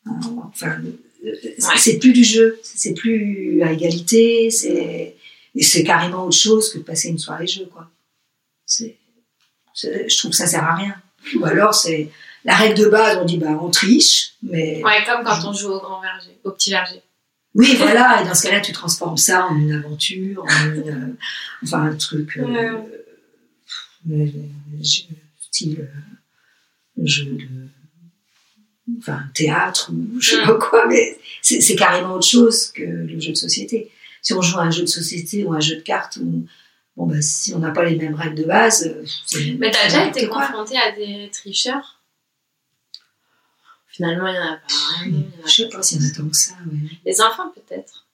[SPEAKER 7] euh, Enfin, euh, c'est- c'est plus du jeu, c'est plus à égalité, c'est et c'est carrément autre chose que de passer une soirée jeu, quoi. C'est, c'est- je trouve que ça sert à rien. Ou alors c'est la règle de base, on dit bah on triche, mais
[SPEAKER 6] Ouais, comme quand on joue au grand verger, au petit verger.
[SPEAKER 7] oui, voilà, et dans ce cas-là, tu transformes ça en une aventure, en une, euh, enfin un truc euh,
[SPEAKER 6] Ouais.
[SPEAKER 7] euh, je- style euh, jeu de. Enfin, un théâtre ou je sais
[SPEAKER 6] Mm.
[SPEAKER 7] pas quoi, mais c'est c'est carrément autre chose que le jeu de société. Si on joue à un jeu de société ou à un jeu de cartes, on- bon, bah, si on n'a pas les mêmes règles de base, euh, c'est-
[SPEAKER 6] Mais t'as
[SPEAKER 7] c'est
[SPEAKER 6] déjà
[SPEAKER 7] n'importe
[SPEAKER 6] été
[SPEAKER 7] quoi.
[SPEAKER 6] confronté à des tricheurs Finalement, il y en a pas vraiment. il y en a
[SPEAKER 7] Je sais
[SPEAKER 6] pas.
[SPEAKER 7] pas s'il y en a tant que ça. ouais.
[SPEAKER 6] Les enfants, peut-être.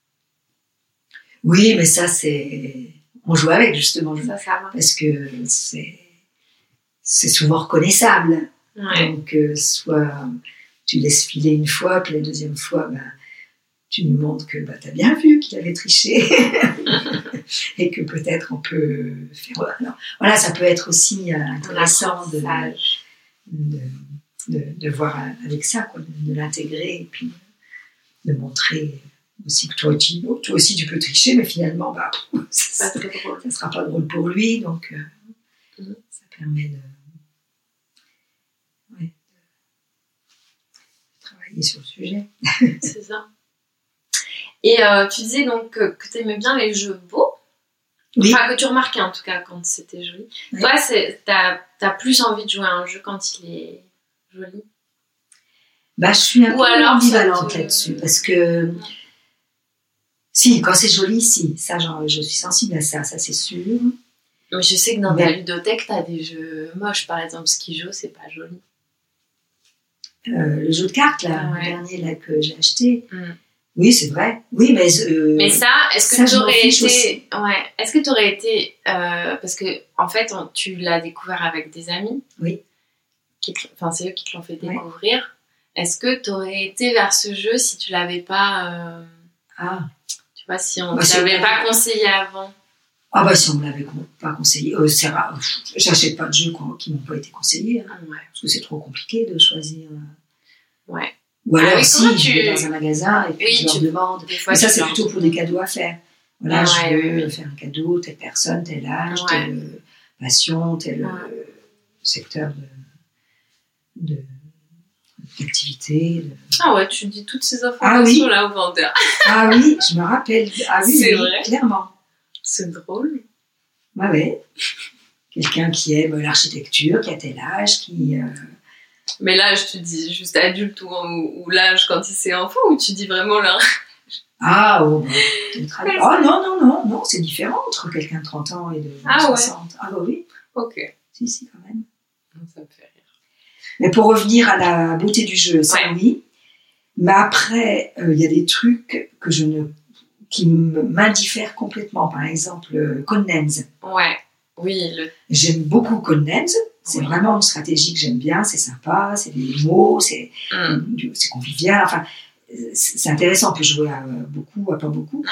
[SPEAKER 7] Oui, mais ça, c'est. On joue avec, justement.
[SPEAKER 6] Ça, ça va.
[SPEAKER 7] parce que c'est c'est souvent reconnaissable.
[SPEAKER 6] Ouais.
[SPEAKER 7] Donc euh, soit tu laisses filer une fois, puis la deuxième fois, bah, tu nous montres que bah, tu as bien vu qu'il avait triché et que peut-être on peut faire. Alors, voilà, ça peut être aussi euh, intéressant de,
[SPEAKER 6] Sage.
[SPEAKER 7] de, de- de voir avec ça, quoi, de, de l'intégrer et puis de montrer aussi que toi, tu, toi aussi tu peux tricher, mais finalement, bah,
[SPEAKER 6] C'est pas très drôle.
[SPEAKER 7] ça sera pas drôle pour lui, donc euh,
[SPEAKER 6] Mhm.
[SPEAKER 7] ça permet de, ouais, de travailler sur le sujet.
[SPEAKER 6] C'est ça. Et euh, tu disais donc que, tu t'aimais bien les jeux beaux.
[SPEAKER 7] Oui.
[SPEAKER 6] Enfin, que tu remarquais en tout cas quand c'était joli.
[SPEAKER 7] Oui.
[SPEAKER 6] Toi, c'est- t'as as plus envie de jouer à un jeu quand il est joli.
[SPEAKER 7] Bah, je suis un
[SPEAKER 6] Ou
[SPEAKER 7] peu
[SPEAKER 6] alors,
[SPEAKER 7] ambivalente
[SPEAKER 6] ça te-
[SPEAKER 7] là-dessus parce que si, quand c'est joli, si, ça, genre, je suis sensible à ça, ça c'est sûr.
[SPEAKER 6] Mais je sais que dans
[SPEAKER 7] Mais-
[SPEAKER 6] ta ludothèque, t'as des jeux moches, par exemple Skijo, c'est pas joli.
[SPEAKER 7] Euh, le jeu de cartes, là,
[SPEAKER 6] Ah ouais.
[SPEAKER 7] le dernier là, que j'ai acheté.
[SPEAKER 6] Mm.
[SPEAKER 7] Oui, c'est vrai. Oui, mais. euh,
[SPEAKER 6] Mais ça, est-ce
[SPEAKER 7] ça,
[SPEAKER 6] que
[SPEAKER 7] je
[SPEAKER 6] tu
[SPEAKER 7] m'en
[SPEAKER 6] aurais
[SPEAKER 7] fiche
[SPEAKER 6] été. Ouais. Est-ce que tu aurais été. euh, parce que, en fait, on- tu l'as découvert avec des amis.
[SPEAKER 7] Oui.
[SPEAKER 6] Qui te- Enfin, c'est eux qui te l'ont fait
[SPEAKER 7] Ouais.
[SPEAKER 6] découvrir. Est-ce que tu aurais été vers ce jeu si tu l'avais pas. euh,
[SPEAKER 7] Ah.
[SPEAKER 6] tu vois, si on
[SPEAKER 7] Bah,
[SPEAKER 6] ne
[SPEAKER 7] c'est
[SPEAKER 6] l'avait
[SPEAKER 7] vrai.
[SPEAKER 6] pas conseillé avant
[SPEAKER 7] ah, bah, si on me l'avait con- pas conseillé. Euh, c'est rare. Pff, J'achète pas de jeux qu'on- qui m'ont pas été conseillés, hein,
[SPEAKER 6] Ah, ouais.
[SPEAKER 7] parce que c'est trop compliqué de choisir. euh.
[SPEAKER 6] Ouais.
[SPEAKER 7] Ou alors,
[SPEAKER 6] Ah oui,
[SPEAKER 7] si,
[SPEAKER 6] comment
[SPEAKER 7] je vais
[SPEAKER 6] tu-
[SPEAKER 7] dans un magasin et puis
[SPEAKER 6] Oui,
[SPEAKER 7] je leur
[SPEAKER 6] tu-
[SPEAKER 7] demande.
[SPEAKER 6] Des fois,
[SPEAKER 7] Mais ça,
[SPEAKER 6] tu
[SPEAKER 7] c'est
[SPEAKER 6] leur-
[SPEAKER 7] plutôt pour des cadeaux à faire. Voilà,
[SPEAKER 6] Ouais,
[SPEAKER 7] je
[SPEAKER 6] ouais,
[SPEAKER 7] veux faire un cadeau, telle personne, tel âge,
[SPEAKER 6] Ouais.
[SPEAKER 7] telle euh, passion, tel euh, secteur de- de- d'activité. De,
[SPEAKER 6] Ah ouais, tu dis toutes ces
[SPEAKER 7] Ah oui.
[SPEAKER 6] informations là au vendeur.
[SPEAKER 7] Ah oui, je me rappelle. Ah oui,
[SPEAKER 6] C'est
[SPEAKER 7] oui,
[SPEAKER 6] vrai
[SPEAKER 7] clairement.
[SPEAKER 6] C'est drôle.
[SPEAKER 7] Ouais, ouais. Quelqu'un qui aime l'architecture, qui a tel âge, qui. euh,
[SPEAKER 6] Mais là, je te dis juste adulte ou, ou, ou l'âge quand il s'est enfant ou tu dis vraiment là
[SPEAKER 7] Ah, oh, bah, peut-être à- oh non, non, non, non, c'est différent entre quelqu'un de 30 ans et de
[SPEAKER 6] Ah ouais.
[SPEAKER 7] 60. Ah bah oui,
[SPEAKER 6] Ok.
[SPEAKER 7] si, si, quand même.
[SPEAKER 6] Ça me fait rire.
[SPEAKER 7] Mais pour revenir à la beauté du jeu, ça
[SPEAKER 6] Ouais.
[SPEAKER 7] oui. Mais après, euh, il y a des trucs que je ne qui m- m'indiffèrent complètement. Par exemple, euh, Condense.
[SPEAKER 6] Ouais. Oui, le
[SPEAKER 7] J'aime beaucoup Condense. C'est
[SPEAKER 6] Oui.
[SPEAKER 7] vraiment une stratégie que j'aime bien. C'est sympa, c'est des mots, c'est
[SPEAKER 6] Mm.
[SPEAKER 7] du- c'est convivial, enfin, euh, c'est c'est intéressant, on peut jouer à euh, beaucoup, à pas beaucoup.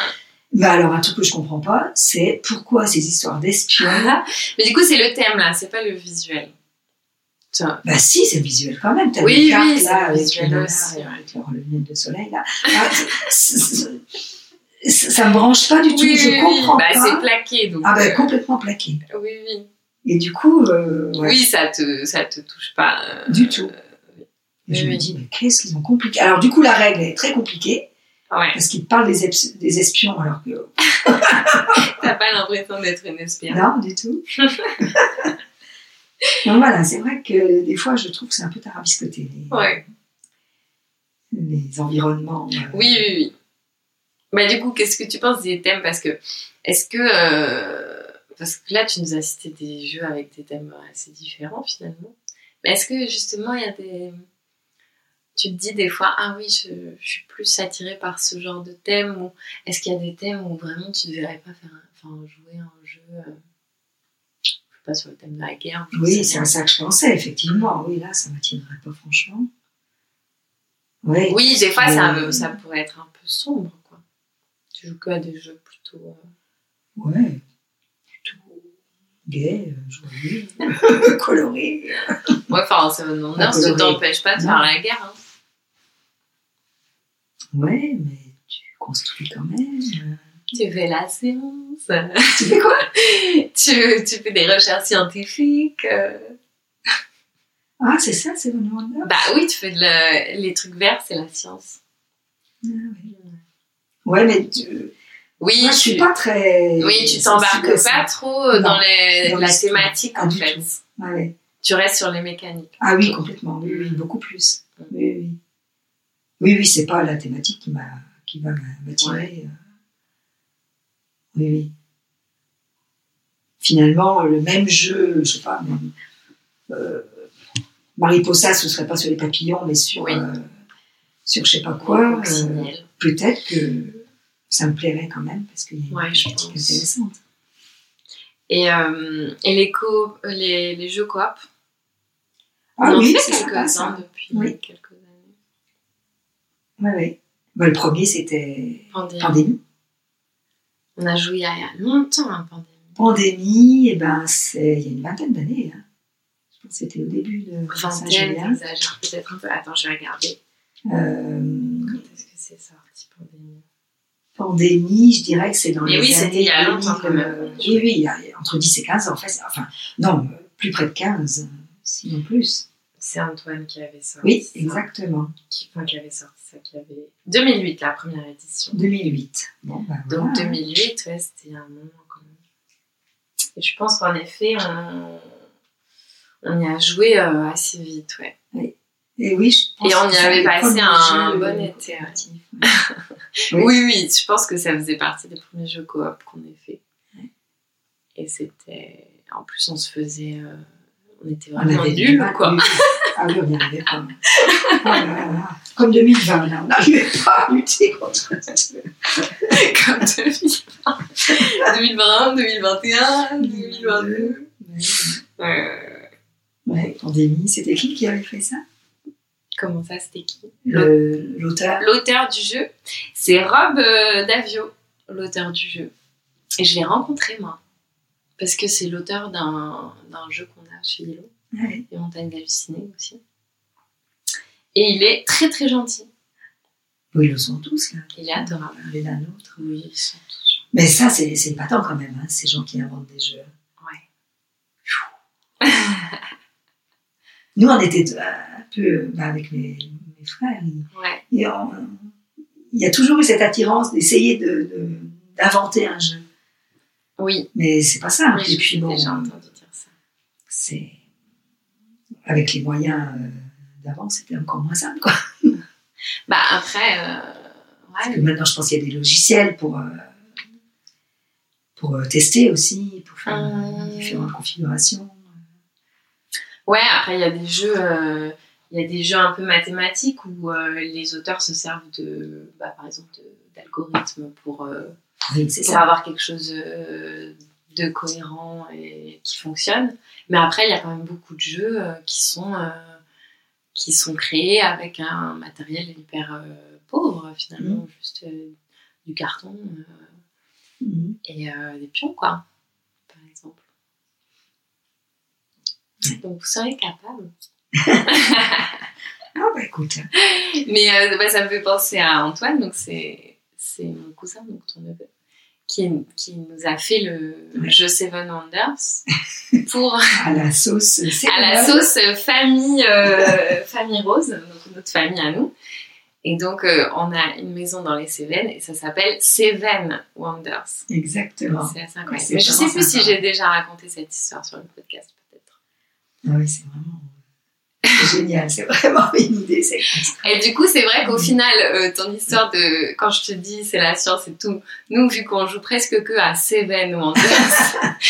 [SPEAKER 7] Mais alors, un truc que je comprends pas, c'est pourquoi ces histoires d'espions là
[SPEAKER 6] Mais du coup, c'est le thème là, c'est pas le visuel. Tiens.
[SPEAKER 7] Bah si, c'est le visuel quand même, t'as
[SPEAKER 6] Oui,
[SPEAKER 7] des
[SPEAKER 6] oui,
[SPEAKER 7] cartes
[SPEAKER 6] c'est
[SPEAKER 7] là,
[SPEAKER 6] le
[SPEAKER 7] avec,
[SPEAKER 6] visuel
[SPEAKER 7] les nanas,
[SPEAKER 6] aussi,
[SPEAKER 7] euh, avec leurs lunettes de soleil là. Ah, c'est- c'est- c'est- ça me branche pas du tout, je comprends
[SPEAKER 6] Bah,
[SPEAKER 7] pas.
[SPEAKER 6] c'est plaqué donc.
[SPEAKER 7] Ah bah
[SPEAKER 6] euh,
[SPEAKER 7] complètement plaqué.
[SPEAKER 6] oui, oui.
[SPEAKER 7] Et du coup, euh, ouais,
[SPEAKER 6] Oui, ça te, ça te touche pas. euh,
[SPEAKER 7] du tout. Et je
[SPEAKER 6] oui,
[SPEAKER 7] me
[SPEAKER 6] oui.
[SPEAKER 7] dis, mais qu'est-ce qu'ils ont compliqué Alors du coup, la règle est très compliquée,
[SPEAKER 6] Ouais.
[SPEAKER 7] parce qu'ils parlent des, eps- des espions alors que
[SPEAKER 6] T'as pas l'impression d'être une espionne.
[SPEAKER 7] Non, du tout. Donc voilà, c'est vrai que des fois, je trouve que c'est un peu tarabiscoté, les,
[SPEAKER 6] Ouais.
[SPEAKER 7] les environnements. euh,
[SPEAKER 6] Oui, oui, oui. Bah, du coup, qu'est-ce que tu penses des thèmes Parce que, est-ce que. euh, Parce que là, tu nous as cité des jeux avec des thèmes euh, assez différents finalement. Mais est-ce que justement, il y a des. Tu te dis des fois, ah oui, je, je suis plus attirée par ce genre de thème. Ou est-ce qu'il y a des thèmes où vraiment tu ne verrais pas faire, un- enfin, jouer un jeu, euh, je sais pas, sur le thème de la guerre je sais
[SPEAKER 7] Oui, c'est
[SPEAKER 6] pas.
[SPEAKER 7] à ça que je pensais, effectivement. Oui, là, ça m'attirerait pas, franchement. Oui.
[SPEAKER 6] Oui, des fois, ça,
[SPEAKER 7] Euh,
[SPEAKER 6] ça pourrait être un peu sombre, quoi. Tu joues que à des jeux plutôt. euh,
[SPEAKER 7] Ouais. Plutôt gay, euh, joyeux, coloré.
[SPEAKER 6] Ouais, enfin, en Seven Wonders, ça
[SPEAKER 7] coloré.
[SPEAKER 6] ne t'empêche pas de
[SPEAKER 7] Non.
[SPEAKER 6] faire la guerre. hein.
[SPEAKER 7] Ouais, mais tu construis quand même.
[SPEAKER 6] Tu fais la séance.
[SPEAKER 7] Tu fais quoi
[SPEAKER 6] tu, tu fais des recherches scientifiques. euh.
[SPEAKER 7] Ah, c'est ça, c'est le nom là
[SPEAKER 6] Bah oui, tu fais de la- les trucs verts, c'est la science.
[SPEAKER 7] Ah, Ouais, mais tu...
[SPEAKER 6] Oui,
[SPEAKER 7] Moi, je suis pas très.
[SPEAKER 6] Oui, tu
[SPEAKER 7] sensible à
[SPEAKER 6] t'embarques
[SPEAKER 7] ça.
[SPEAKER 6] pas trop dans,
[SPEAKER 7] Non.
[SPEAKER 6] les,
[SPEAKER 7] Dans
[SPEAKER 6] la
[SPEAKER 7] l'histoire.
[SPEAKER 6] thématique,
[SPEAKER 7] Pas
[SPEAKER 6] en
[SPEAKER 7] du
[SPEAKER 6] fait.
[SPEAKER 7] tout. Ouais.
[SPEAKER 6] Tu restes sur les mécaniques.
[SPEAKER 7] Ah oui, complètement, oui,
[SPEAKER 6] Mm.
[SPEAKER 7] oui, beaucoup plus. Oui, oui. Oui, oui, c'est pas la thématique qui m'a qui va m'attirer. euh. Oui, oui. Finalement, le même jeu, je sais pas, même, euh, Mariposa, ce serait pas sur les papillons, mais sur,
[SPEAKER 6] Oui.
[SPEAKER 7] euh, sur je sais pas quoi.
[SPEAKER 6] Donc,
[SPEAKER 7] euh,
[SPEAKER 6] signal.
[SPEAKER 7] Peut-être que ça me plairait quand même, parce qu'il y a une
[SPEAKER 6] Ouais, je
[SPEAKER 7] thématique
[SPEAKER 6] pense.
[SPEAKER 7] intéressante.
[SPEAKER 6] Et, euh, et les, co les, les jeux coop
[SPEAKER 7] Ah
[SPEAKER 6] on en
[SPEAKER 7] oui,
[SPEAKER 6] fait
[SPEAKER 7] c'est sympa
[SPEAKER 6] quelques-uns
[SPEAKER 7] ça.
[SPEAKER 6] depuis
[SPEAKER 7] Oui.
[SPEAKER 6] quelques années.
[SPEAKER 7] Ouais, ouais. Bah, le premier, c'était
[SPEAKER 6] Pandémie.
[SPEAKER 7] Pandémie.
[SPEAKER 6] On a joué il y a longtemps, hein, Pandémie.
[SPEAKER 7] Pandémie, eh ben, c'est il y a une vingtaine d'années. hein. Je pense que c'était au début de
[SPEAKER 6] Vingtaine, j'exagère peut-être un peu. Attends, je vais regarder.
[SPEAKER 7] Euh,
[SPEAKER 6] Quand est-ce que c'est sorti Pandémie
[SPEAKER 7] pandémie, je dirais que c'est dans
[SPEAKER 6] Mais
[SPEAKER 7] les
[SPEAKER 6] oui,
[SPEAKER 7] années...
[SPEAKER 6] c'était il y a longtemps,
[SPEAKER 7] 2000,
[SPEAKER 6] quand même.
[SPEAKER 7] euh, oui, oui, il y a entre 10 et 15 en fait. c'est- Enfin, non, plus près de 15, sinon plus.
[SPEAKER 6] C'est Antoine qui avait sorti.
[SPEAKER 7] Oui,
[SPEAKER 6] ça.
[SPEAKER 7] exactement.
[SPEAKER 6] Qui, enfin, qui avait sorti ça, qui avait. 2008, la première édition.
[SPEAKER 7] 2008. Bon, ben voilà.
[SPEAKER 6] Donc 2008, ouais, c'était un moment quand même. Et je pense qu'en effet, on... on y a joué euh, assez vite, ouais.
[SPEAKER 7] Et oui, je pense
[SPEAKER 6] Et on
[SPEAKER 7] que
[SPEAKER 6] y
[SPEAKER 7] c'est
[SPEAKER 6] avait
[SPEAKER 7] les
[SPEAKER 6] passé
[SPEAKER 7] premiers
[SPEAKER 6] un
[SPEAKER 7] jeux
[SPEAKER 6] bon été, hein. ouais.
[SPEAKER 7] coopératifs. Oui.
[SPEAKER 6] Oui. oui, je pense que ça faisait partie des premiers jeux coop qu'on a fait. Et c'était. En plus, on se faisait. euh, on était
[SPEAKER 7] On
[SPEAKER 6] vraiment
[SPEAKER 7] avait du
[SPEAKER 6] nuls,
[SPEAKER 7] mal,
[SPEAKER 6] quoi.
[SPEAKER 7] oui. Ah oui, on n'y arrivait pas. Oh là là là. Comme 2020, là, on n'arrivait pas à lutter contre cette-
[SPEAKER 6] Comme 2020, 2020, 2021, 2022. Euh,
[SPEAKER 7] Ouais, pandémie, c'était qui qui avait fait ça
[SPEAKER 6] comment ça, c'était qui
[SPEAKER 7] Le- L'auteur
[SPEAKER 6] L'auteur du jeu, c'est Rob euh, Davio, l'auteur du jeu. Et je l'ai rencontré, moi. Parce que c'est l'auteur d'un d'un jeu qu'on a chez Yellow,
[SPEAKER 7] Ouais.
[SPEAKER 6] les montagnes hallucinées aussi. Et il est très très gentil.
[SPEAKER 7] Oui, ils le sont tous, là.
[SPEAKER 6] Il est adorable.
[SPEAKER 7] Un et l'un autre.
[SPEAKER 6] Oui, ils sont tous.
[SPEAKER 7] Mais ça, c'est c'est épatant quand même, hein, ces gens qui inventent des jeux.
[SPEAKER 6] Ouais.
[SPEAKER 7] Nous, on était deux, un peu euh, bah, avec mes, mes frères. ils-
[SPEAKER 6] Ouais,
[SPEAKER 7] Et on- il y a toujours eu cette attirance d'essayer de- de- d'inventer un jeu.
[SPEAKER 6] oui.
[SPEAKER 7] Mais c'est pas ça.
[SPEAKER 6] oui,
[SPEAKER 7] Ah, Et
[SPEAKER 6] j'ai
[SPEAKER 7] puis, bon,
[SPEAKER 6] déjà entendu dire ça.
[SPEAKER 7] c'est. Avec les moyens euh, d'avant, c'était encore moins simple. Quoi.
[SPEAKER 6] Bah après, euh,
[SPEAKER 7] Parce
[SPEAKER 6] ouais,
[SPEAKER 7] que maintenant, je pense qu'il y a des logiciels pour, euh, pour euh, tester aussi, pour faire
[SPEAKER 6] Ah.
[SPEAKER 7] euh, différentes configurations.
[SPEAKER 6] Ouais, après il y a des jeux, euh, il y a des jeux un peu mathématiques où euh, les auteurs se servent de, bah, par exemple, de- d'algorithmes pour, euh,
[SPEAKER 7] Oui, c'est
[SPEAKER 6] pour
[SPEAKER 7] ça.
[SPEAKER 6] avoir quelque chose euh, de cohérent et qui fonctionne. Mais après il y a quand même beaucoup de jeux euh, qui sont euh, qui sont créés avec un matériel hyper euh, pauvre
[SPEAKER 7] Mmh.
[SPEAKER 6] finalement, juste euh, du carton euh,
[SPEAKER 7] Mhm.
[SPEAKER 6] et euh, des pions quoi, par exemple. Donc vous serez capable.
[SPEAKER 7] Ah, bah écoute,
[SPEAKER 6] Mais euh, bah, ça me fait penser à Antoine, donc c'est c'est mon cousin, donc ton neveu, qui, qui nous a fait le
[SPEAKER 7] Ouais.
[SPEAKER 6] jeu Seven Wonders pour
[SPEAKER 7] à la sauce, c'est
[SPEAKER 6] à la sauce euh, famille euh, famille rose, donc notre famille à nous. Et donc euh, on a une maison dans les Cévennes et ça s'appelle Seven Wonders.
[SPEAKER 7] Exactement.
[SPEAKER 6] C'est assez incroyable.
[SPEAKER 7] c'est
[SPEAKER 6] Mais je sais
[SPEAKER 7] vraiment
[SPEAKER 6] plus si
[SPEAKER 7] sympa.
[SPEAKER 6] j'ai déjà raconté cette histoire sur le podcast peut-être.
[SPEAKER 7] Ah oui, c'est vraiment c'est génial, c'est vraiment une idée. C'est...
[SPEAKER 6] Et du coup, c'est vrai qu'au
[SPEAKER 7] Mhm.
[SPEAKER 6] final, euh, ton histoire de quand je te dis c'est la science et tout, nous vu qu'on joue presque que à Seven ou en
[SPEAKER 7] C'est,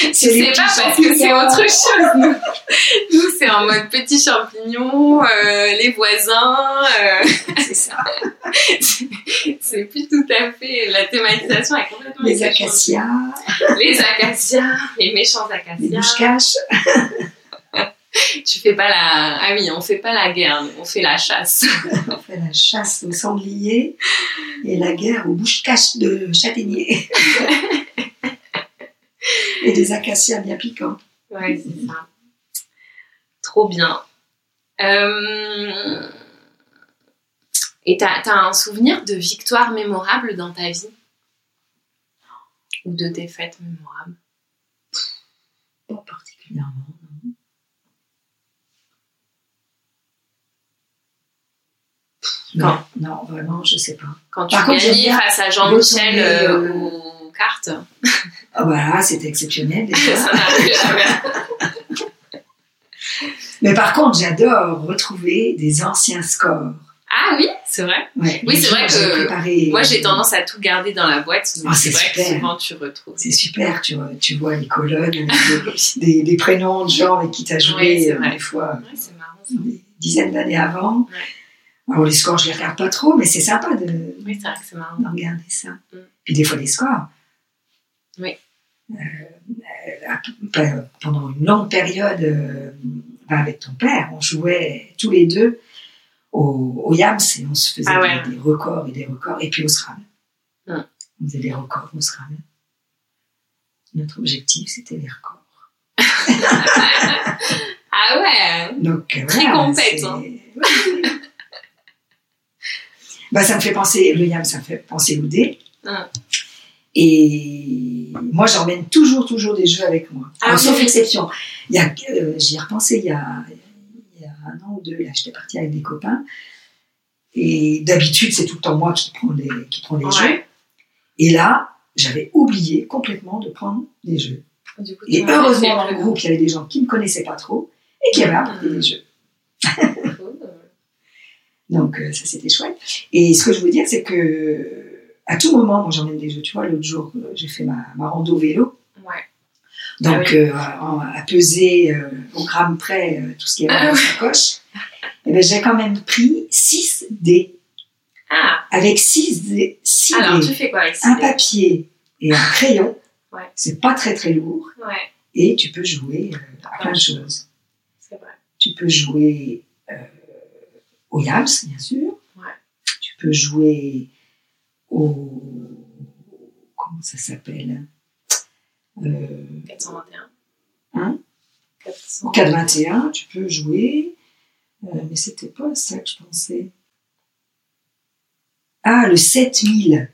[SPEAKER 7] les
[SPEAKER 6] c'est
[SPEAKER 7] petits
[SPEAKER 6] pas parce que c'est
[SPEAKER 7] champignons.
[SPEAKER 6] autre chose. Nous, Nous, c'est en mode petits champignons, euh, les voisins. euh,
[SPEAKER 7] C'est ça.
[SPEAKER 6] c'est- c'est plus tout à fait la thématisation est complètement
[SPEAKER 7] Les
[SPEAKER 6] changé.
[SPEAKER 7] acacias,
[SPEAKER 6] les acacias, les méchants acacias.
[SPEAKER 7] les bouches caches.
[SPEAKER 6] Tu fais pas la ah oui, on fait pas la guerre, nous, on fait la chasse.
[SPEAKER 7] On fait la chasse aux sangliers et la guerre aux bouches caches de châtaigniers. et des acacias bien piquants.
[SPEAKER 6] Ouais, c'est ça. Trop bien. Euh, Et t'as as un souvenir de victoire mémorable dans ta vie Ou de défaite mémorable
[SPEAKER 7] Pas particulièrement. non. Non, non, vraiment, je sais pas.
[SPEAKER 6] Quand tu
[SPEAKER 7] Par contre, j'aime
[SPEAKER 6] gagnais
[SPEAKER 7] bien
[SPEAKER 6] face à Jean-Michel
[SPEAKER 7] retourner,
[SPEAKER 6] euh,
[SPEAKER 7] euh,
[SPEAKER 6] aux cartes
[SPEAKER 7] Ah bah là, c'était exceptionnel déjà.
[SPEAKER 6] Ça n'arrive jamais.
[SPEAKER 7] Mais par contre, j'adore retrouver des anciens scores.
[SPEAKER 6] Ah oui, c'est vrai.
[SPEAKER 7] Ouais,
[SPEAKER 6] Oui,
[SPEAKER 7] les
[SPEAKER 6] c'est
[SPEAKER 7] gens
[SPEAKER 6] vrai
[SPEAKER 7] j'ai
[SPEAKER 6] que
[SPEAKER 7] préparé-
[SPEAKER 6] Moi, j'ai tendance à tout garder dans la boîte. donc
[SPEAKER 7] Ah,
[SPEAKER 6] c'est
[SPEAKER 7] c'est
[SPEAKER 6] vrai que
[SPEAKER 7] super.
[SPEAKER 6] souvent, tu retrouves.
[SPEAKER 7] C'est super, tu vois, tu vois les colonnes, des, des- des prénoms de gens avec qui tu as
[SPEAKER 6] Oui, c'est
[SPEAKER 7] joué euh,
[SPEAKER 6] vrai.
[SPEAKER 7] des fois
[SPEAKER 6] Ouais, c'est marrant ça.
[SPEAKER 7] des dizaines d'années avant. Alors les scores, je les regarde pas trop, mais c'est sympa de, de
[SPEAKER 6] Oui, c'est vrai que c'est marrant.
[SPEAKER 7] regarder ça.
[SPEAKER 6] Mm.
[SPEAKER 7] Puis des fois les scores.
[SPEAKER 6] Oui.
[SPEAKER 7] Euh, euh, pe- pendant une longue période, euh, ben, avec ton père, on jouait tous les deux au, au Yams et on se faisait
[SPEAKER 6] Ah ouais.
[SPEAKER 7] des, des records et des records, et puis au Scrabble.
[SPEAKER 6] Mm.
[SPEAKER 7] On faisait des records au Scrabble. Notre objectif, c'était les records.
[SPEAKER 6] Ah ouais
[SPEAKER 7] Donc, euh,
[SPEAKER 6] Très
[SPEAKER 7] voilà,
[SPEAKER 6] complète,
[SPEAKER 7] c'est-
[SPEAKER 6] hein.
[SPEAKER 7] Oui. bah, ça me fait penser, le yam, ça me fait penser au dé.
[SPEAKER 6] Ah.
[SPEAKER 7] Et moi, j'emmène toujours, toujours des jeux avec moi.
[SPEAKER 6] Ah
[SPEAKER 7] Alors,
[SPEAKER 6] oui.
[SPEAKER 7] Sauf exception. Il y a, euh, j'y ai repensé il y a, il y a un an ou deux. Là, j'étais partie avec des copains. Et d'habitude, c'est tout le temps moi qui prends les, qui prends les jeux.
[SPEAKER 6] Ouais.
[SPEAKER 7] Et là, j'avais oublié complètement de prendre des jeux.
[SPEAKER 6] Du coup,
[SPEAKER 7] Et
[SPEAKER 6] tu m'as fait
[SPEAKER 7] heureusement, dans le
[SPEAKER 6] plus-
[SPEAKER 7] groupe, il y avait des gens qui ne me connaissaient pas trop et qui avaient apporté
[SPEAKER 6] Mhm.
[SPEAKER 7] des jeux.
[SPEAKER 6] Cool.
[SPEAKER 7] Donc, euh, ça, c'était chouette. Et ce que je veux dire, c'est que à tout moment, moi, j'emmène des jeux. Tu vois, l'autre jour, euh, j'ai fait ma, ma rando vélo.
[SPEAKER 6] Ouais.
[SPEAKER 7] Donc,
[SPEAKER 6] Ah oui.
[SPEAKER 7] euh, en- à peser euh, au gramme près euh, tout ce qui est
[SPEAKER 6] Ah
[SPEAKER 7] dans la sacoche, eh ben, j'ai quand même pris 6 dés.
[SPEAKER 6] Ah,
[SPEAKER 7] Avec 6 dés, six
[SPEAKER 6] alors
[SPEAKER 7] dés,
[SPEAKER 6] tu fais quoi avec
[SPEAKER 7] un
[SPEAKER 6] ça
[SPEAKER 7] papier et un crayon,
[SPEAKER 6] Ouais.
[SPEAKER 7] c'est pas très très lourd,
[SPEAKER 6] Ouais,
[SPEAKER 7] et tu peux jouer euh, à plein de choses.
[SPEAKER 6] c'est vrai.
[SPEAKER 7] Tu peux jouer euh, au yams, bien sûr.
[SPEAKER 6] Ouais.
[SPEAKER 7] Tu peux jouer au. Comment ça s'appelle Euh,
[SPEAKER 6] 421.
[SPEAKER 7] Hein
[SPEAKER 6] 400.
[SPEAKER 7] Au 421, tu peux jouer. euh, mais c'était pas ça que je pensais. Ah, le 7000.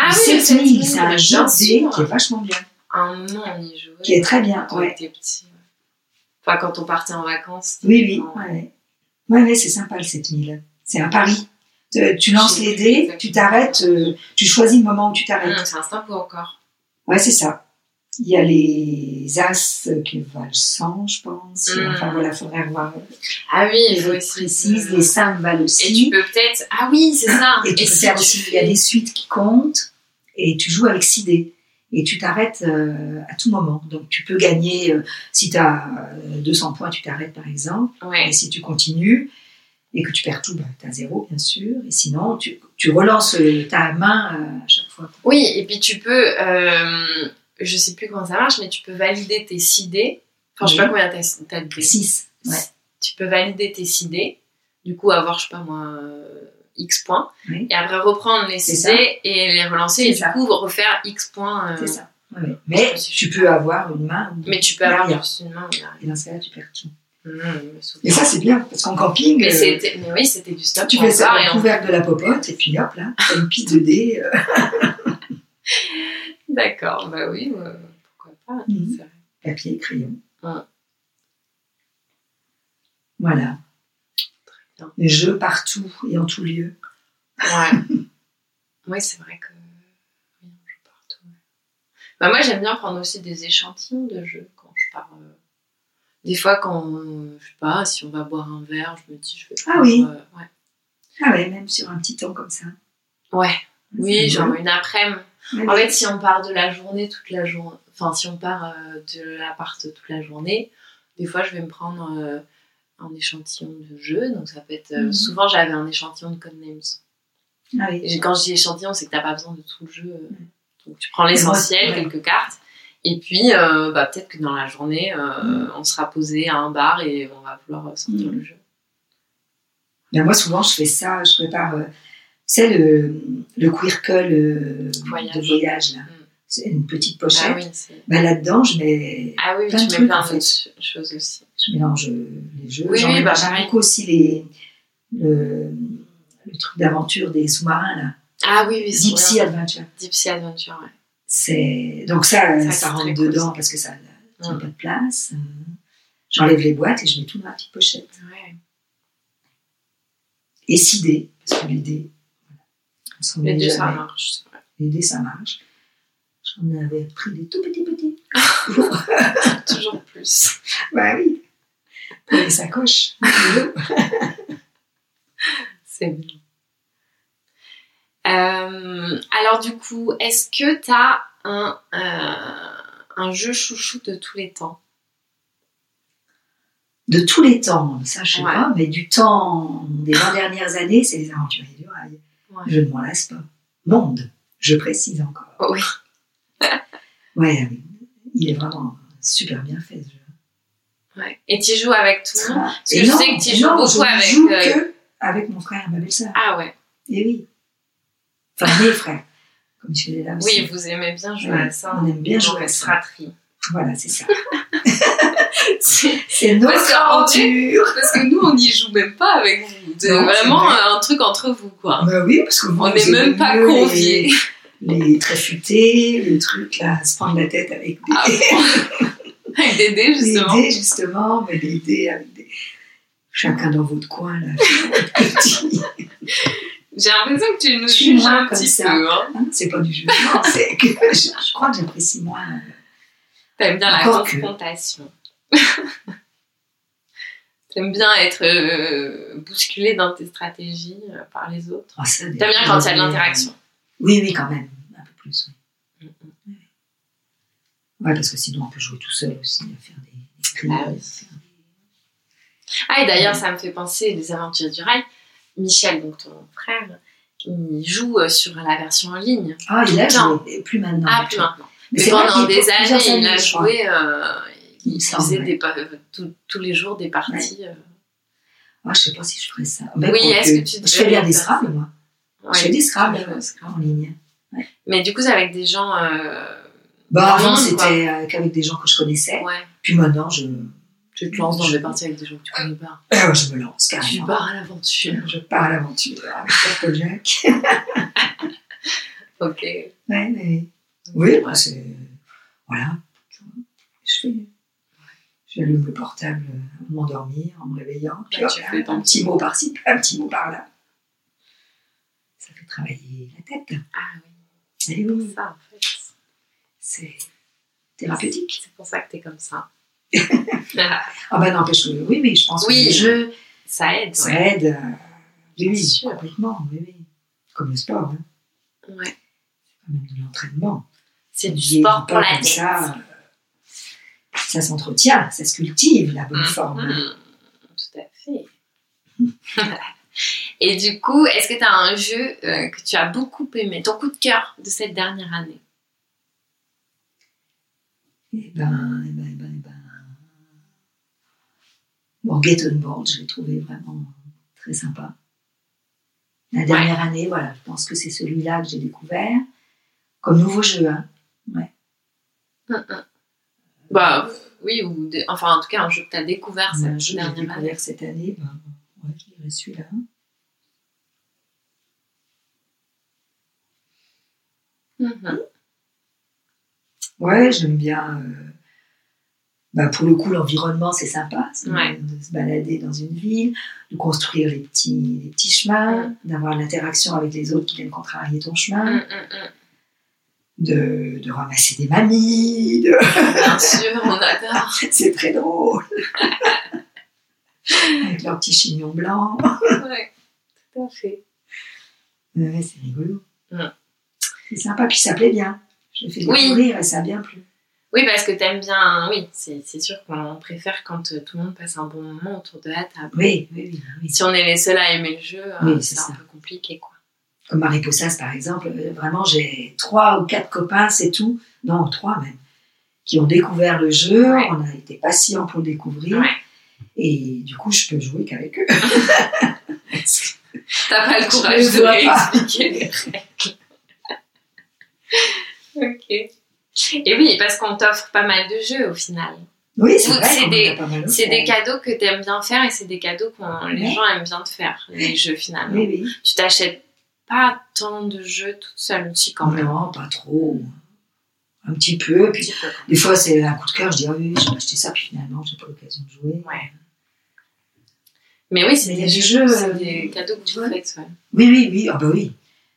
[SPEAKER 6] Ah
[SPEAKER 7] le
[SPEAKER 6] oui, le
[SPEAKER 7] 7000,
[SPEAKER 6] 7000,
[SPEAKER 7] c'est un jeu
[SPEAKER 6] bien
[SPEAKER 7] de dés
[SPEAKER 6] sûr. Ah
[SPEAKER 7] qui est vachement bien.
[SPEAKER 6] Un nom, on y jouait.
[SPEAKER 7] Qui est très bien,
[SPEAKER 6] Quand
[SPEAKER 7] ouais.
[SPEAKER 6] on était petit. ouais. Enfin, quand on partait en vacances.
[SPEAKER 7] Oui, oui.
[SPEAKER 6] typiquement.
[SPEAKER 7] Ouais, ouais, ouais, c'est sympa le 7000. C'est un pari. Te- tu lances les dés, tu t'arrêtes, euh, tu choisis le moment où tu t'arrêtes.
[SPEAKER 6] Hum, c'est un stop ou encore
[SPEAKER 7] Ouais, c'est ça. Il y a les as qui valent 100, je pense.
[SPEAKER 6] Mm.
[SPEAKER 7] Enfin, voilà, faudrait revoir.
[SPEAKER 6] Ah oui, il
[SPEAKER 7] Hum. Les
[SPEAKER 6] faut
[SPEAKER 7] autres
[SPEAKER 6] aussi.
[SPEAKER 7] précises, les 5 valent
[SPEAKER 6] Et tu
[SPEAKER 7] aussi.
[SPEAKER 6] peux peut-être. Ah oui, c'est ça.
[SPEAKER 7] Et tu peux
[SPEAKER 6] si
[SPEAKER 7] faire
[SPEAKER 6] tu
[SPEAKER 7] aussi, il y
[SPEAKER 6] fais-
[SPEAKER 7] a des suites qui comptent. Et tu joues avec 6 dés. Et tu t'arrêtes euh, à tout moment. Donc, tu peux gagner, euh, si tu as 200 points, tu t'arrêtes par exemple.
[SPEAKER 6] Ouais.
[SPEAKER 7] Et si tu continues et que tu perds tout, bah, tu as zéro, bien sûr. Et sinon, tu, tu relances euh, ta main euh, à chaque fois.
[SPEAKER 6] Oui, et puis tu peux. euh, je sais plus comment ça marche, mais tu peux valider tes 6 dés. Enfin, je sais
[SPEAKER 7] Oui.
[SPEAKER 6] pas combien t'as t'as de dés.
[SPEAKER 7] 6. Ouais.
[SPEAKER 6] tu peux valider tes 6 dés, du coup avoir, je sais pas moi, euh, X points,
[SPEAKER 7] Oui.
[SPEAKER 6] et après reprendre les 6
[SPEAKER 7] C'est ça.
[SPEAKER 6] dés et les relancer,
[SPEAKER 7] C'est
[SPEAKER 6] et du
[SPEAKER 7] ça.
[SPEAKER 6] coup refaire X points. euh,
[SPEAKER 7] C'est ça. Ouais. Mais tu peux avoir une main.
[SPEAKER 6] Mais tu peux avoir
[SPEAKER 7] Derrière.
[SPEAKER 6] juste une main. on arrive.
[SPEAKER 7] Et dans ce cas-là, tu perds tout.
[SPEAKER 6] Mmh, je me souviens.
[SPEAKER 7] Et ça, c'est bien, parce qu'en camping,
[SPEAKER 6] mais,
[SPEAKER 7] euh,
[SPEAKER 6] c'était- mais oui, c'était du stop.
[SPEAKER 7] tu fais ça
[SPEAKER 6] encore, et
[SPEAKER 7] en
[SPEAKER 6] on-
[SPEAKER 7] couvert de la popote, et puis hop, là, t'as une pile de dés. euh,
[SPEAKER 6] D'accord, bah oui, euh, pourquoi pas.
[SPEAKER 7] Mhm.
[SPEAKER 6] c'est vrai.
[SPEAKER 7] papier, crayon.
[SPEAKER 6] Ouais.
[SPEAKER 7] Voilà.
[SPEAKER 6] bien.
[SPEAKER 7] Les jeux partout et en tout lieu.
[SPEAKER 6] Ouais. ouais, c'est vrai que. oui, on joue partout. Bah, moi, j'aime bien prendre aussi des échantillons de jeux quand je pars. euh, Des fois, quand. euh, Je sais pas, si on va boire un verre, je me dis, je vais.
[SPEAKER 7] Ah
[SPEAKER 6] prendre,
[SPEAKER 7] oui.
[SPEAKER 6] euh, ouais.
[SPEAKER 7] Ah ouais, même sur un petit temps comme ça.
[SPEAKER 6] Ouais. Oui,
[SPEAKER 7] C'est
[SPEAKER 6] genre
[SPEAKER 7] drôle.
[SPEAKER 6] une après-midi.
[SPEAKER 7] Ouais,
[SPEAKER 6] En
[SPEAKER 7] ouais.
[SPEAKER 6] fait, si on part de la journée toute la journée. Enfin, si on part euh, de l'appart toute la journée, des fois, je vais me prendre. euh, un échantillon de jeu, donc ça peut être. euh,
[SPEAKER 7] Mhm.
[SPEAKER 6] Souvent j'avais un échantillon de Codenames.
[SPEAKER 7] Ah oui.
[SPEAKER 6] Et quand je dis échantillon, c'est que t'as pas besoin de tout le jeu. euh, Donc tu prends l'essentiel,
[SPEAKER 7] Mm. Ouais.
[SPEAKER 6] quelques cartes, et puis euh, bah, peut-être que dans la journée, euh,
[SPEAKER 7] Mm.
[SPEAKER 6] on sera posé à un bar et on va vouloir sortir
[SPEAKER 7] Mm.
[SPEAKER 6] le jeu.
[SPEAKER 7] Ben, moi, souvent, je fais ça, je prépare, euh, tu sais, le, le quircle euh,
[SPEAKER 6] Voyage.
[SPEAKER 7] de voyage, là.
[SPEAKER 6] Mm.
[SPEAKER 7] C'est une petite
[SPEAKER 6] Ah
[SPEAKER 7] pochette.
[SPEAKER 6] oui, c'est-
[SPEAKER 7] Ben, Là-dedans, je mets
[SPEAKER 6] ah oui,
[SPEAKER 7] Plein de
[SPEAKER 6] tu mets
[SPEAKER 7] trucs,
[SPEAKER 6] plein
[SPEAKER 7] en fait.
[SPEAKER 6] d'autres ch- choses aussi.
[SPEAKER 7] je mélange euh, les jeux.
[SPEAKER 6] Oui,
[SPEAKER 7] J'en
[SPEAKER 6] oui,
[SPEAKER 7] mets-
[SPEAKER 6] bah,
[SPEAKER 7] j'aime
[SPEAKER 6] pareil.
[SPEAKER 7] beaucoup aussi les, le, le truc d'aventure des sous-marins, là.
[SPEAKER 6] Ah oui, oui, c'est
[SPEAKER 7] Deep Sea Adventure.
[SPEAKER 6] bien. Deep Sea Adventure, ouais.
[SPEAKER 7] C'est- Donc ça,
[SPEAKER 6] Ça,
[SPEAKER 7] ça,
[SPEAKER 6] c'est très
[SPEAKER 7] rentre
[SPEAKER 6] cool,
[SPEAKER 7] dedans
[SPEAKER 6] ça.
[SPEAKER 7] parce que ça n'a ça n'a
[SPEAKER 6] Mm.
[SPEAKER 7] pas de place. Euh, J'enlève les boîtes et je mets tout dans ma petite pochette.
[SPEAKER 6] Ouais.
[SPEAKER 7] Et 6 dés, parce que les dés, voilà. on s'en
[SPEAKER 6] Les
[SPEAKER 7] met
[SPEAKER 6] deux, ça
[SPEAKER 7] jamais.
[SPEAKER 6] marche. c'est vrai.
[SPEAKER 7] Les dés, ça marche. J'en avais pris des tout petits petits.
[SPEAKER 6] Toujours plus.
[SPEAKER 7] bah oui. Pour les sacoches.
[SPEAKER 6] C'est bien. Euh, alors du coup, est-ce que t'as un, euh, un jeu chouchou de tous les temps
[SPEAKER 7] De tous les temps, ça je sais
[SPEAKER 6] Ouais.
[SPEAKER 7] pas, mais du temps des 20 dernières années, c'est les aventuriers du rail.
[SPEAKER 6] Ouais.
[SPEAKER 7] Je ne m'en lasse pas. Monde, je précise encore.
[SPEAKER 6] Oh oui.
[SPEAKER 7] Ouais, il est vraiment super bien fait ce jeu.
[SPEAKER 6] Ouais. Et tu joues avec tout le monde
[SPEAKER 7] Parce
[SPEAKER 6] que je sais que tu joues beaucoup avec,
[SPEAKER 7] joue
[SPEAKER 6] euh,
[SPEAKER 7] que avec mon frère et ma belle-sœur.
[SPEAKER 6] Ah ouais.
[SPEAKER 7] Et oui. Enfin, mes frères. Comme tu les là aussi.
[SPEAKER 6] Oui, vous aimez bien jouer
[SPEAKER 7] Ouais,
[SPEAKER 6] à ça.
[SPEAKER 7] on aime bien jouer à ça.
[SPEAKER 6] fratrie.
[SPEAKER 7] Voilà, c'est ça.
[SPEAKER 6] Parce
[SPEAKER 7] C'est notre
[SPEAKER 6] qu'en vrai-
[SPEAKER 7] aventure.
[SPEAKER 6] que nous, on n'y joue même pas avec vous. C'est
[SPEAKER 7] Non, c'est
[SPEAKER 6] vraiment
[SPEAKER 7] vrai.
[SPEAKER 6] euh, un truc entre vous, quoi.
[SPEAKER 7] Bah oui, parce que vous,
[SPEAKER 6] On
[SPEAKER 7] vous
[SPEAKER 6] n'est
[SPEAKER 7] aimez
[SPEAKER 6] même pas
[SPEAKER 7] mieux les-
[SPEAKER 6] conviés.
[SPEAKER 7] Les tréfutés, les trucs là, se prendre la tête avec des,
[SPEAKER 6] Ah bon Avec des dés,
[SPEAKER 7] des
[SPEAKER 6] justement.
[SPEAKER 7] dés, justement, mais des dés avec des. Chacun dans votre coin, là. Petit.
[SPEAKER 6] J'ai l'impression que tu nous
[SPEAKER 7] Je suis
[SPEAKER 6] juges
[SPEAKER 7] moins
[SPEAKER 6] un
[SPEAKER 7] comme
[SPEAKER 6] petit
[SPEAKER 7] ça.
[SPEAKER 6] peu. Hein.
[SPEAKER 7] Hein, c'est pas du jeu. Non, c'est que je, je crois que j'apprécie moins. euh,
[SPEAKER 6] T'aimes bien la
[SPEAKER 7] Encore que-
[SPEAKER 6] confrontation. T'aimes bien être euh, bousculé dans tes stratégies euh, par les autres.
[SPEAKER 7] Ah, ça, des-
[SPEAKER 6] T'aimes bien quand il y a de l'interaction. Mm,
[SPEAKER 7] Oui, oui, quand même. Un peu plus. oui. Ouais, parce que sinon on peut jouer tout seul aussi, à faire des, des clubs,
[SPEAKER 6] Bah oui.
[SPEAKER 7] faire-
[SPEAKER 6] Ah, et d'ailleurs, ça me fait penser des aventures du rail. Michel, donc ton frère, il joue euh, sur la version en ligne.
[SPEAKER 7] Ah, il a
[SPEAKER 6] Non.
[SPEAKER 7] joué, plus maintenant.
[SPEAKER 6] Ah, plus maintenant. Mais,
[SPEAKER 7] c'est vrai
[SPEAKER 6] pendant
[SPEAKER 7] qu'il y a
[SPEAKER 6] des
[SPEAKER 7] plusieurs
[SPEAKER 6] années, il a
[SPEAKER 7] je crois.
[SPEAKER 6] joué. euh,
[SPEAKER 7] Il
[SPEAKER 6] il
[SPEAKER 7] me
[SPEAKER 6] faisait
[SPEAKER 7] semble,
[SPEAKER 6] des pa- euh, tout- tous les jours des parties. euh,
[SPEAKER 7] Ah, je sais pas si je ferais ça.
[SPEAKER 6] Oui,
[SPEAKER 7] quoique,
[SPEAKER 6] est-ce que tu
[SPEAKER 7] Je fais bien
[SPEAKER 6] devrais
[SPEAKER 7] des
[SPEAKER 6] faire
[SPEAKER 7] Scrabble, moi. Je fais
[SPEAKER 6] ouais.
[SPEAKER 7] des Scrabble
[SPEAKER 6] Ouais, ouais,
[SPEAKER 7] en ligne.
[SPEAKER 6] Mais du coup, c'est avec des gens. euh,
[SPEAKER 7] Bah, avant,
[SPEAKER 6] Dans le monde, quoi.
[SPEAKER 7] c'était euh, qu'avec des gens que je connaissais.
[SPEAKER 6] ouais.
[SPEAKER 7] Puis maintenant, je,
[SPEAKER 6] Tu te lances dans
[SPEAKER 7] Je-
[SPEAKER 6] des parties avec des gens que tu connais pas.
[SPEAKER 7] euh, je me lance
[SPEAKER 6] Tu
[SPEAKER 7] carrément.
[SPEAKER 6] pars à l'aventure.
[SPEAKER 7] Je pars à l'aventure avec Papa Jack.
[SPEAKER 6] Ok.
[SPEAKER 7] Ouais, mais... Oui,
[SPEAKER 6] Ouais.
[SPEAKER 7] bah, c'est. Voilà. Je fais. J'allume le portable en m'endormir, en me réveillant. Puis
[SPEAKER 6] Ouais,
[SPEAKER 7] hop,
[SPEAKER 6] Bah, tu fais ton
[SPEAKER 7] un petit mot par-ci, un petit mot par-là. Ça fait travailler la tête.
[SPEAKER 6] Ah oui,
[SPEAKER 7] C'est
[SPEAKER 6] c'est pour ça en fait.
[SPEAKER 7] C'est thérapeutique.
[SPEAKER 6] C'est pour ça que t'es comme ça.
[SPEAKER 7] Ah ben n'empêche que oui, mais je pense que
[SPEAKER 6] oui,
[SPEAKER 7] les jeux,
[SPEAKER 6] je... ça aide.
[SPEAKER 7] ça
[SPEAKER 6] ouais.
[SPEAKER 7] aide. euh, oui,
[SPEAKER 6] Bien
[SPEAKER 7] oui,
[SPEAKER 6] sûr.
[SPEAKER 7] complètement, oui, oui. Comme le sport, hein.
[SPEAKER 6] Ouais.
[SPEAKER 7] Comme de l'entraînement.
[SPEAKER 6] C'est du
[SPEAKER 7] J'ai
[SPEAKER 6] sport
[SPEAKER 7] pas
[SPEAKER 6] pour la
[SPEAKER 7] comme
[SPEAKER 6] tête.
[SPEAKER 7] Ça, euh, ça s'entretient, ça se cultive, la bonne
[SPEAKER 6] Mhm.
[SPEAKER 7] forme.
[SPEAKER 6] Tout à fait. Et du coup, est-ce que tu as un jeu euh, que tu as beaucoup aimé, ton coup de cœur de cette dernière année
[SPEAKER 7] Eh ben, eh ben, eh ben, eh ben. Bon, Get on Board, je l'ai trouvé vraiment très sympa. La dernière année, voilà, je pense que c'est celui-là que j'ai découvert comme nouveau jeu. Hein.
[SPEAKER 6] Bah pff, oui, ou des- enfin en tout cas un jeu que tu as découvert
[SPEAKER 7] C'est un
[SPEAKER 6] cette
[SPEAKER 7] jeu que j'ai
[SPEAKER 6] dernière année.
[SPEAKER 7] découvert cette année. Ben, ouais, je dirais celui-là.
[SPEAKER 6] Mhm.
[SPEAKER 7] Ouais, j'aime bien. euh, bah, pour le coup, l'environnement, c'est sympa. c'est
[SPEAKER 6] Ouais.
[SPEAKER 7] de, de se balader dans une ville, de construire les petits, les petits chemins, d'avoir de l'interaction avec les autres qui viennent contrarier ton chemin,
[SPEAKER 6] Mm, mm, mm.
[SPEAKER 7] de, de ramasser des mamies. de-
[SPEAKER 6] Bien sûr, on adore.
[SPEAKER 7] c'est très drôle. avec leurs petits chignons blancs.
[SPEAKER 6] Ouais, tout à fait.
[SPEAKER 7] Ouais, c'est rigolo.
[SPEAKER 6] Ouais.
[SPEAKER 7] C'est sympa, puis ça plaît bien. Je l'ai fait
[SPEAKER 6] Oui.
[SPEAKER 7] découvrir et ça a bien plu.
[SPEAKER 6] Oui, parce que t'aimes bien. Oui, c'est c'est sûr qu'on préfère quand euh, tout le monde passe un bon moment autour de la table.
[SPEAKER 7] Oui, oui, oui. oui.
[SPEAKER 6] Si on est les seuls à aimer le jeu, euh,
[SPEAKER 7] Oui, c'est
[SPEAKER 6] c'est un
[SPEAKER 7] ça.
[SPEAKER 6] peu compliqué, quoi.
[SPEAKER 7] Comme Marie Possas, par exemple, euh, vraiment, j'ai trois ou quatre copains, c'est tout. Non, trois même. Qui ont découvert le jeu,
[SPEAKER 6] Ouais.
[SPEAKER 7] on a été patients pour le découvrir.
[SPEAKER 6] Ouais.
[SPEAKER 7] Et du coup, je peux jouer qu'avec eux. Parce que
[SPEAKER 6] T'as pas le
[SPEAKER 7] Je
[SPEAKER 6] courage
[SPEAKER 7] les
[SPEAKER 6] de
[SPEAKER 7] vois pas.
[SPEAKER 6] réexpliquer les règles. ok. Et oui, parce qu'on t'offre pas mal de jeux au final.
[SPEAKER 7] oui, c'est vrai.
[SPEAKER 6] C'est
[SPEAKER 7] qu'on
[SPEAKER 6] des-
[SPEAKER 7] en a pas mal
[SPEAKER 6] C'est des
[SPEAKER 7] offert.
[SPEAKER 6] cadeaux que t'aimes bien faire et c'est des cadeaux que les
[SPEAKER 7] Ouais.
[SPEAKER 6] gens aiment bien te faire, les jeux finalement.
[SPEAKER 7] Oui, oui.
[SPEAKER 6] Tu t'achètes pas tant de jeux toute seule aussi quand même.
[SPEAKER 7] Non, pas trop. Un petit peu.
[SPEAKER 6] Un
[SPEAKER 7] Puis
[SPEAKER 6] petit peu, quand
[SPEAKER 7] des fois, c'est un coup de cœur. Je dis, ah oui, oui, j'ai acheté ça, puis finalement, j'ai pas l'occasion de jouer.
[SPEAKER 6] même. Ouais. Mais oui, c'est
[SPEAKER 7] Mais il y
[SPEAKER 6] des,
[SPEAKER 7] a des
[SPEAKER 6] jeux,
[SPEAKER 7] jeux,
[SPEAKER 6] c'est
[SPEAKER 7] euh,
[SPEAKER 6] des cadeaux que
[SPEAKER 7] tu
[SPEAKER 6] tu
[SPEAKER 7] vois.
[SPEAKER 6] fais. Ouais.
[SPEAKER 7] Oui, oui, oui, ah bah oui.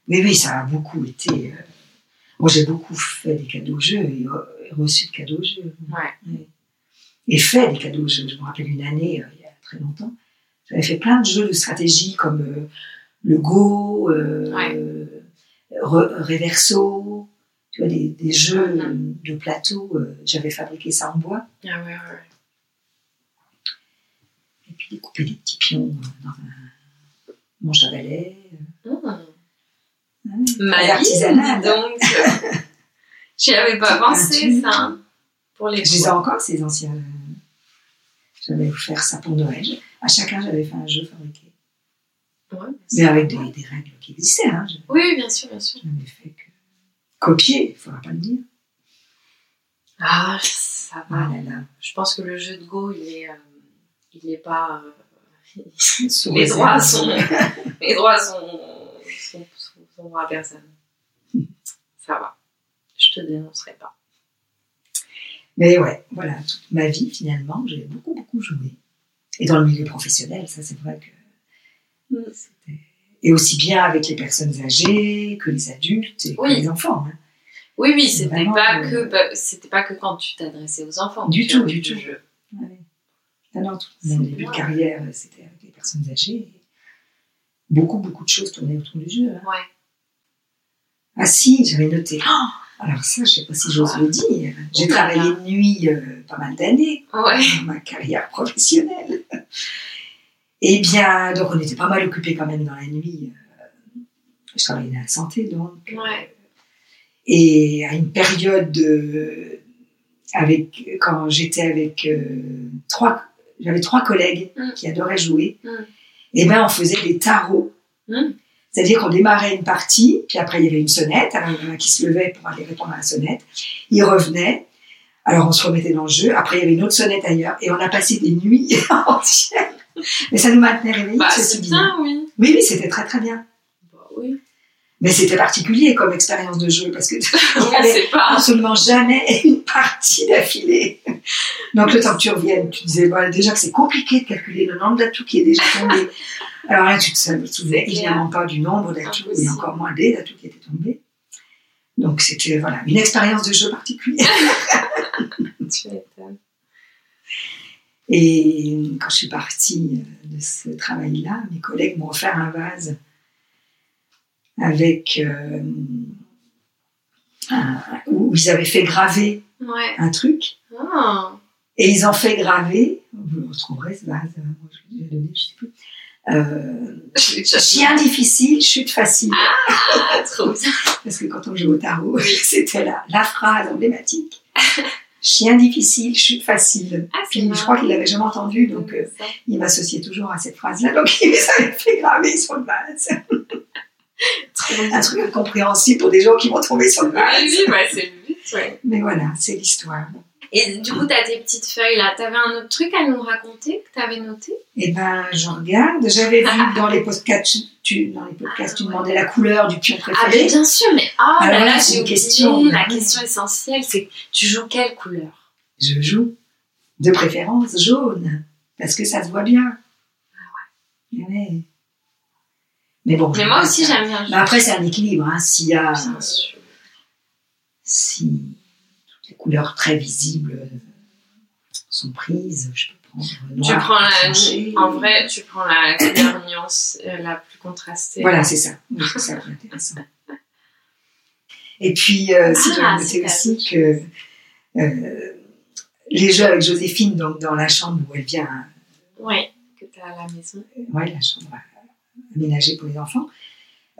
[SPEAKER 7] Oui, oui, ça a beaucoup été. euh, Moi, j'ai beaucoup fait des cadeaux-jeux et euh, reçu de cadeaux-jeux.
[SPEAKER 6] Ouais.
[SPEAKER 7] Oui. Et fait des cadeaux-jeux. Je me rappelle une année, euh, il y a très longtemps, j'avais fait plein de jeux de stratégie comme euh, le Go, euh,
[SPEAKER 6] Ouais.
[SPEAKER 7] Re- Reverso, tu vois, des, des jeux
[SPEAKER 6] Mhm.
[SPEAKER 7] euh, de plateau. euh, j'avais fabriqué ça en bois
[SPEAKER 6] Ah ouais, ouais, ouais.
[SPEAKER 7] et puis découpé des petits pions euh, dans un mon chavalet. Ah.
[SPEAKER 6] Mmh.
[SPEAKER 7] euh,
[SPEAKER 6] Ma vie,
[SPEAKER 7] artisanal.
[SPEAKER 6] dis donc. J'y avais pas pensé,
[SPEAKER 7] Artisanale.
[SPEAKER 6] ça. hein, Pour les
[SPEAKER 7] Je les
[SPEAKER 6] jeux.
[SPEAKER 7] ai encore, ces anciens. J'avais offert ça pour Noël. À chacun, j'avais fait un jeu fabriqué.
[SPEAKER 6] Ouais,
[SPEAKER 7] Mais avec des, des règles qui existaient. Hein. Je
[SPEAKER 6] Oui, oui, bien sûr, bien sûr.
[SPEAKER 7] je n'avais fait que copier, il ne faudra pas le dire.
[SPEAKER 6] Ah, ça va.
[SPEAKER 7] Ah là là.
[SPEAKER 6] Je pense que le jeu de Go, il est, euh, il est pas. euh,
[SPEAKER 7] Sous
[SPEAKER 6] les
[SPEAKER 7] réserve.
[SPEAKER 6] droits sont, les droits sont, sont, sont- sont à personne. Ça va. Je te dénoncerai pas.
[SPEAKER 7] Mais ouais, voilà, toute ma vie, finalement, j'ai beaucoup, beaucoup joué. Et dans le milieu professionnel, ça, c'est vrai que.
[SPEAKER 6] Mm.
[SPEAKER 7] c'était- Et aussi bien avec les personnes âgées que les adultes et que
[SPEAKER 6] Oui.
[SPEAKER 7] les enfants. hein.
[SPEAKER 6] Oui, oui, c'était
[SPEAKER 7] Vraiment,
[SPEAKER 6] pas
[SPEAKER 7] euh,
[SPEAKER 6] que, bah, c'était pas que quand tu t'adressais aux enfants.
[SPEAKER 7] Du
[SPEAKER 6] que tu
[SPEAKER 7] tout,
[SPEAKER 6] avais
[SPEAKER 7] du
[SPEAKER 6] le
[SPEAKER 7] tout.
[SPEAKER 6] jeu.
[SPEAKER 7] Ouais. Ah Non, non, tout mon
[SPEAKER 6] C'est
[SPEAKER 7] début
[SPEAKER 6] bien.
[SPEAKER 7] de carrière, euh, c'était avec les personnes âgées. Beaucoup, beaucoup de choses tournaient autour du jeu. hein.
[SPEAKER 6] Ouais.
[SPEAKER 7] Ah si, j'avais noté. Ah, Alors ça, je sais pas si j'ose le dire. J'ai travaillé de nuit euh, pas mal d'années
[SPEAKER 6] Ouais.
[SPEAKER 7] dans ma carrière professionnelle. Eh bien, donc on était pas mal occupés quand même dans la nuit. euh, Je travaillais dans la santé, donc.
[SPEAKER 6] Ouais.
[SPEAKER 7] Et à une période euh, avec quand j'étais avec euh, trois, j'avais trois collègues
[SPEAKER 6] Mm.
[SPEAKER 7] qui adoraient jouer.
[SPEAKER 6] Mm.
[SPEAKER 7] Et ben on faisait des tarots.
[SPEAKER 6] Mm.
[SPEAKER 7] C'est-à-dire qu'on démarrait une partie, puis après il y avait une sonnette, alors il y en a qui se levait pour aller répondre à la sonnette. Ils revenaient, alors on se remettait dans le jeu. Après il y avait une autre sonnette ailleurs, et on a passé des nuits entières. Mais ça nous maintenait réveillés,
[SPEAKER 6] Bah,
[SPEAKER 7] ceci
[SPEAKER 6] c'est
[SPEAKER 7] dit.
[SPEAKER 6] bien, oui.
[SPEAKER 7] Oui, oui, c'était très très bien.
[SPEAKER 6] Bah, oui.
[SPEAKER 7] Mais c'était particulier comme expérience de jeu parce que
[SPEAKER 6] On
[SPEAKER 7] y avait-
[SPEAKER 6] sait pas.
[SPEAKER 7] absolument jamais une partie d'affilée. Donc le temps que tu reviennes, tu disais bon, déjà que c'est compliqué de calculer le nombre d'atouts qui est déjà tombé. Alors là, tu ne te souvenais évidemment pas du nombre
[SPEAKER 6] Ah
[SPEAKER 7] d'atouts et
[SPEAKER 6] Impossible.
[SPEAKER 7] encore moins des atouts qui étaient tombés. Donc c'était voilà une expérience de jeu particulière.
[SPEAKER 6] Tu m'étonnes.
[SPEAKER 7] Et quand je suis partie euh, de ce travail-là, mes collègues m'ont offert un vase avec euh, un- où ils avaient fait graver
[SPEAKER 6] Ouais.
[SPEAKER 7] un truc
[SPEAKER 6] Ah.
[SPEAKER 7] Et ils ont fait graver, vous le retrouverez ce vase, euh, moi, je l'ai donné, je sais plus. Euh,
[SPEAKER 6] Je l'ai déjà
[SPEAKER 7] chien difficile, chute facile.
[SPEAKER 6] fait, trop bien.
[SPEAKER 7] Parce que quand on joue au tarot, c'était la, la phrase emblématique. Chien difficile, chute facile.
[SPEAKER 6] Ah, c'est
[SPEAKER 7] Puis je crois
[SPEAKER 6] marrant.
[SPEAKER 7] qu'il l'avait jamais entendu, donc euh,
[SPEAKER 6] Ça.
[SPEAKER 7] il m'associait toujours à cette phrase-là. Donc il les avait fait graver sur le vase.
[SPEAKER 6] Trop
[SPEAKER 7] Un
[SPEAKER 6] bien.
[SPEAKER 7] truc incompréhensible pour des gens qui vont tomber sur le
[SPEAKER 6] Ouais,
[SPEAKER 7] vase.
[SPEAKER 6] Ah, oui, bah, c'est le but, ouais.
[SPEAKER 7] Mais voilà, c'est l'histoire.
[SPEAKER 6] Et du coup, t'as tes petites feuilles là. T'avais un autre truc à nous raconter que t'avais noté
[SPEAKER 7] Eh ben, je regarde. J'avais vu dans les podcasts, tu, dans les podcasts, tu demandais la couleur du pion
[SPEAKER 6] Ah, mais
[SPEAKER 7] préféré.
[SPEAKER 6] bien sûr, mais oh
[SPEAKER 7] Alors
[SPEAKER 6] là
[SPEAKER 7] là,
[SPEAKER 6] là,
[SPEAKER 7] Ah c'est
[SPEAKER 6] j'ai
[SPEAKER 7] une
[SPEAKER 6] oublié
[SPEAKER 7] question.
[SPEAKER 6] La question essentielle, c'est tu joues quelle couleur
[SPEAKER 7] je joue de préférence jaune, parce que ça se voit bien. Ah ouais. Mais bon.
[SPEAKER 6] Mais moi aussi, j'aime bien
[SPEAKER 7] Mais Bah après, c'est un équilibre. Hein. S'il y a
[SPEAKER 6] Bien sûr.
[SPEAKER 7] si toutes les couleurs très visibles euh, sont prises, je peux prendre noir.
[SPEAKER 6] Tu prends la,
[SPEAKER 7] foncé.
[SPEAKER 6] en vrai, tu prends la couleur nuance euh, la plus contrastée.
[SPEAKER 7] Voilà, c'est ça. Oui, c'est ça qui est intéressant. Et puis, euh, si
[SPEAKER 6] Ah,
[SPEAKER 7] tu as noté
[SPEAKER 6] super.
[SPEAKER 7] aussi que euh, les jeux avec Joséphine, donc dans la chambre où elle vient
[SPEAKER 6] Ouais, que t'as à la maison.
[SPEAKER 7] ouais, la chambre à- aménagée pour les enfants.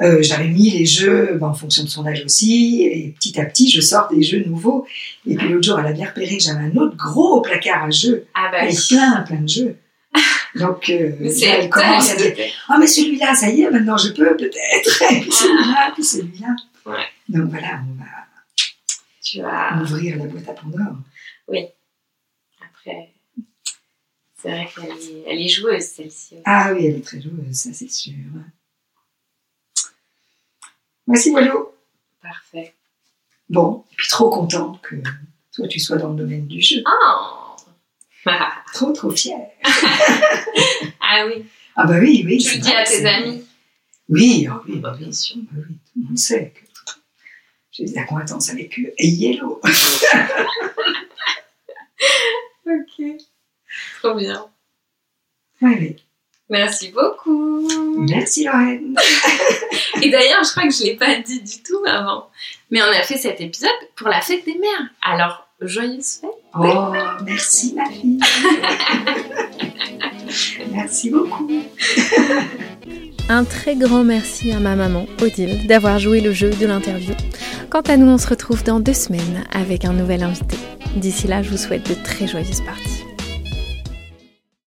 [SPEAKER 7] Euh, J'avais mis les jeux ben, en fonction de son âge aussi, et petit à petit, je sors des jeux nouveaux. Et puis l'autre jour, elle a bien repéré que j'avais un autre gros placard à jeux,
[SPEAKER 6] Ah bah
[SPEAKER 7] avec
[SPEAKER 6] oui.
[SPEAKER 7] plein, plein de jeux. Donc, euh,
[SPEAKER 6] Mais
[SPEAKER 7] là, elle commence à dire Ah, mais celui-là, ça y est, maintenant je peux peut-être, et puis celui-là, puis celui-là.
[SPEAKER 6] Ouais. Ah.
[SPEAKER 7] Donc voilà, on
[SPEAKER 6] Tu vas
[SPEAKER 7] va ouvrir la boîte à Pandore.
[SPEAKER 6] après. C'est vrai qu'elle est, elle est joueuse celle-ci.
[SPEAKER 7] Ah oui, elle est très joueuse, ça c'est sûr. Voici Wallo.
[SPEAKER 6] Parfait.
[SPEAKER 7] Bon, et puis trop contente que toi tu sois dans le domaine du jeu.
[SPEAKER 6] Oh
[SPEAKER 7] Trop trop fière.
[SPEAKER 6] Ah oui.
[SPEAKER 7] Ah bah oui, oui.
[SPEAKER 6] Tu
[SPEAKER 7] c'est
[SPEAKER 6] le dis
[SPEAKER 7] vrai
[SPEAKER 6] à
[SPEAKER 7] que
[SPEAKER 6] tes
[SPEAKER 7] c'est-
[SPEAKER 6] amis.
[SPEAKER 7] Oui, ah oui, bah,
[SPEAKER 6] Bah, bien sûr.
[SPEAKER 7] oui, tout le monde sait que j'ai des acquaintances avec eux. Et Yellow.
[SPEAKER 6] Ok. Trop bien.
[SPEAKER 7] Ouais, ouais.
[SPEAKER 6] Merci beaucoup.
[SPEAKER 7] Merci Lorraine.
[SPEAKER 6] Et d'ailleurs, je crois que je ne l'ai pas dit du tout avant. Mais on a fait cet épisode pour la fête des mères. Alors, joyeuse fête.
[SPEAKER 7] Oh, merci ma fille. merci beaucoup.
[SPEAKER 5] Un très grand merci à ma maman, Odile, d'avoir joué le jeu de l'interview. Quant à nous, on se retrouve dans deux semaines avec un nouvel invité. D'ici là, je vous souhaite de très joyeuses parties.